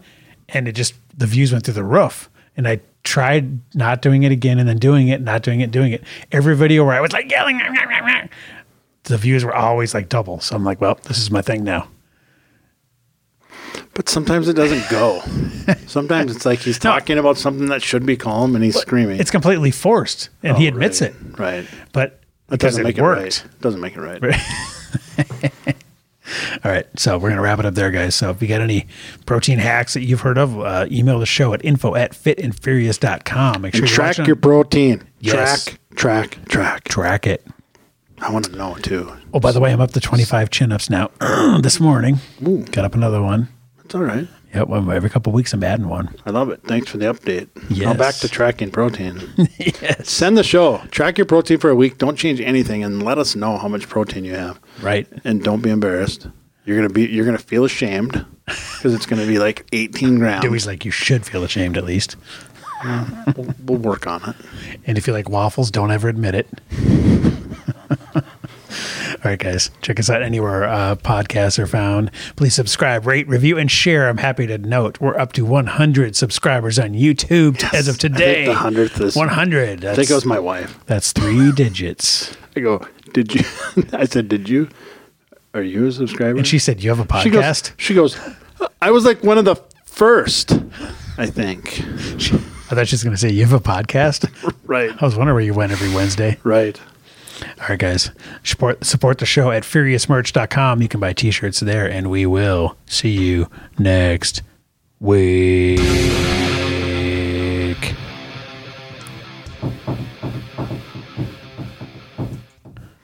[SPEAKER 1] and it just the views went through the roof. And I tried not doing it again, and then doing it, not doing it, doing it. Every video where I was like yelling, "Rah, rah, rah, rah," the views were always like double. So I'm like, well, this is my thing now.
[SPEAKER 2] But sometimes it doesn't go. Sometimes it's like he's talking about something that should be calm, and he's screaming.
[SPEAKER 1] It's completely forced, and he
[SPEAKER 2] Oh,
[SPEAKER 1] admits
[SPEAKER 2] right,
[SPEAKER 1] it.
[SPEAKER 2] Right.
[SPEAKER 1] But
[SPEAKER 2] That
[SPEAKER 1] because
[SPEAKER 2] doesn't
[SPEAKER 1] it
[SPEAKER 2] make
[SPEAKER 1] worked.
[SPEAKER 2] it right. Doesn't make it right.
[SPEAKER 1] All right, so we're gonna wrap it up there, guys. So if you got any protein hacks that you've heard of, uh, email the show at info at fitandfurious.com. Make sure
[SPEAKER 2] And
[SPEAKER 1] you
[SPEAKER 2] track your protein.
[SPEAKER 1] Yes.
[SPEAKER 2] Track, track, track.
[SPEAKER 1] track it.
[SPEAKER 2] I want to know too.
[SPEAKER 1] Oh, by the way, I'm up to 25 chin ups now. <clears throat> this morning, got up another one.
[SPEAKER 2] It's all right.
[SPEAKER 1] Yep, well, every couple of weeks I'm adding one.
[SPEAKER 2] I love it. Thanks for the update. Now
[SPEAKER 1] Yes.
[SPEAKER 2] back to tracking protein.
[SPEAKER 1] <laughs>
[SPEAKER 2] yes. Send the show. Track your protein for a week. Don't change anything, and let us know how much protein you have.
[SPEAKER 1] Right.
[SPEAKER 2] And don't be embarrassed. You're gonna be. You're gonna feel ashamed because it's gonna be like 18 grams.
[SPEAKER 1] Dewey's like, you should feel ashamed at least.
[SPEAKER 2] we'll, we'll work on it.
[SPEAKER 1] And if you like waffles, don't ever admit it. <laughs> All right, guys, check us out anywhere uh, podcasts are found. Please subscribe, rate, review, and share. I'm happy to note we're up to 100 subscribers on YouTube t- as of today.
[SPEAKER 2] the 100th is-
[SPEAKER 1] 100.
[SPEAKER 2] I
[SPEAKER 1] That's,
[SPEAKER 2] think it was my wife.
[SPEAKER 1] that's three digits.
[SPEAKER 2] I go. Did you? <laughs> I said. Did you? Are you a subscriber?
[SPEAKER 1] And she said, You have a
[SPEAKER 2] She
[SPEAKER 1] podcast?
[SPEAKER 2] goes. She goes. I was like one of the first. I think.
[SPEAKER 1] She- I thought she was going to say, You have a
[SPEAKER 2] <laughs>
[SPEAKER 1] podcast?
[SPEAKER 2] Right.
[SPEAKER 1] I was wondering where you went every Wednesday.
[SPEAKER 2] Right.
[SPEAKER 1] All right, guys, support, support the show at furiousmerch.com. You can buy t shirts there, and we will see you next week.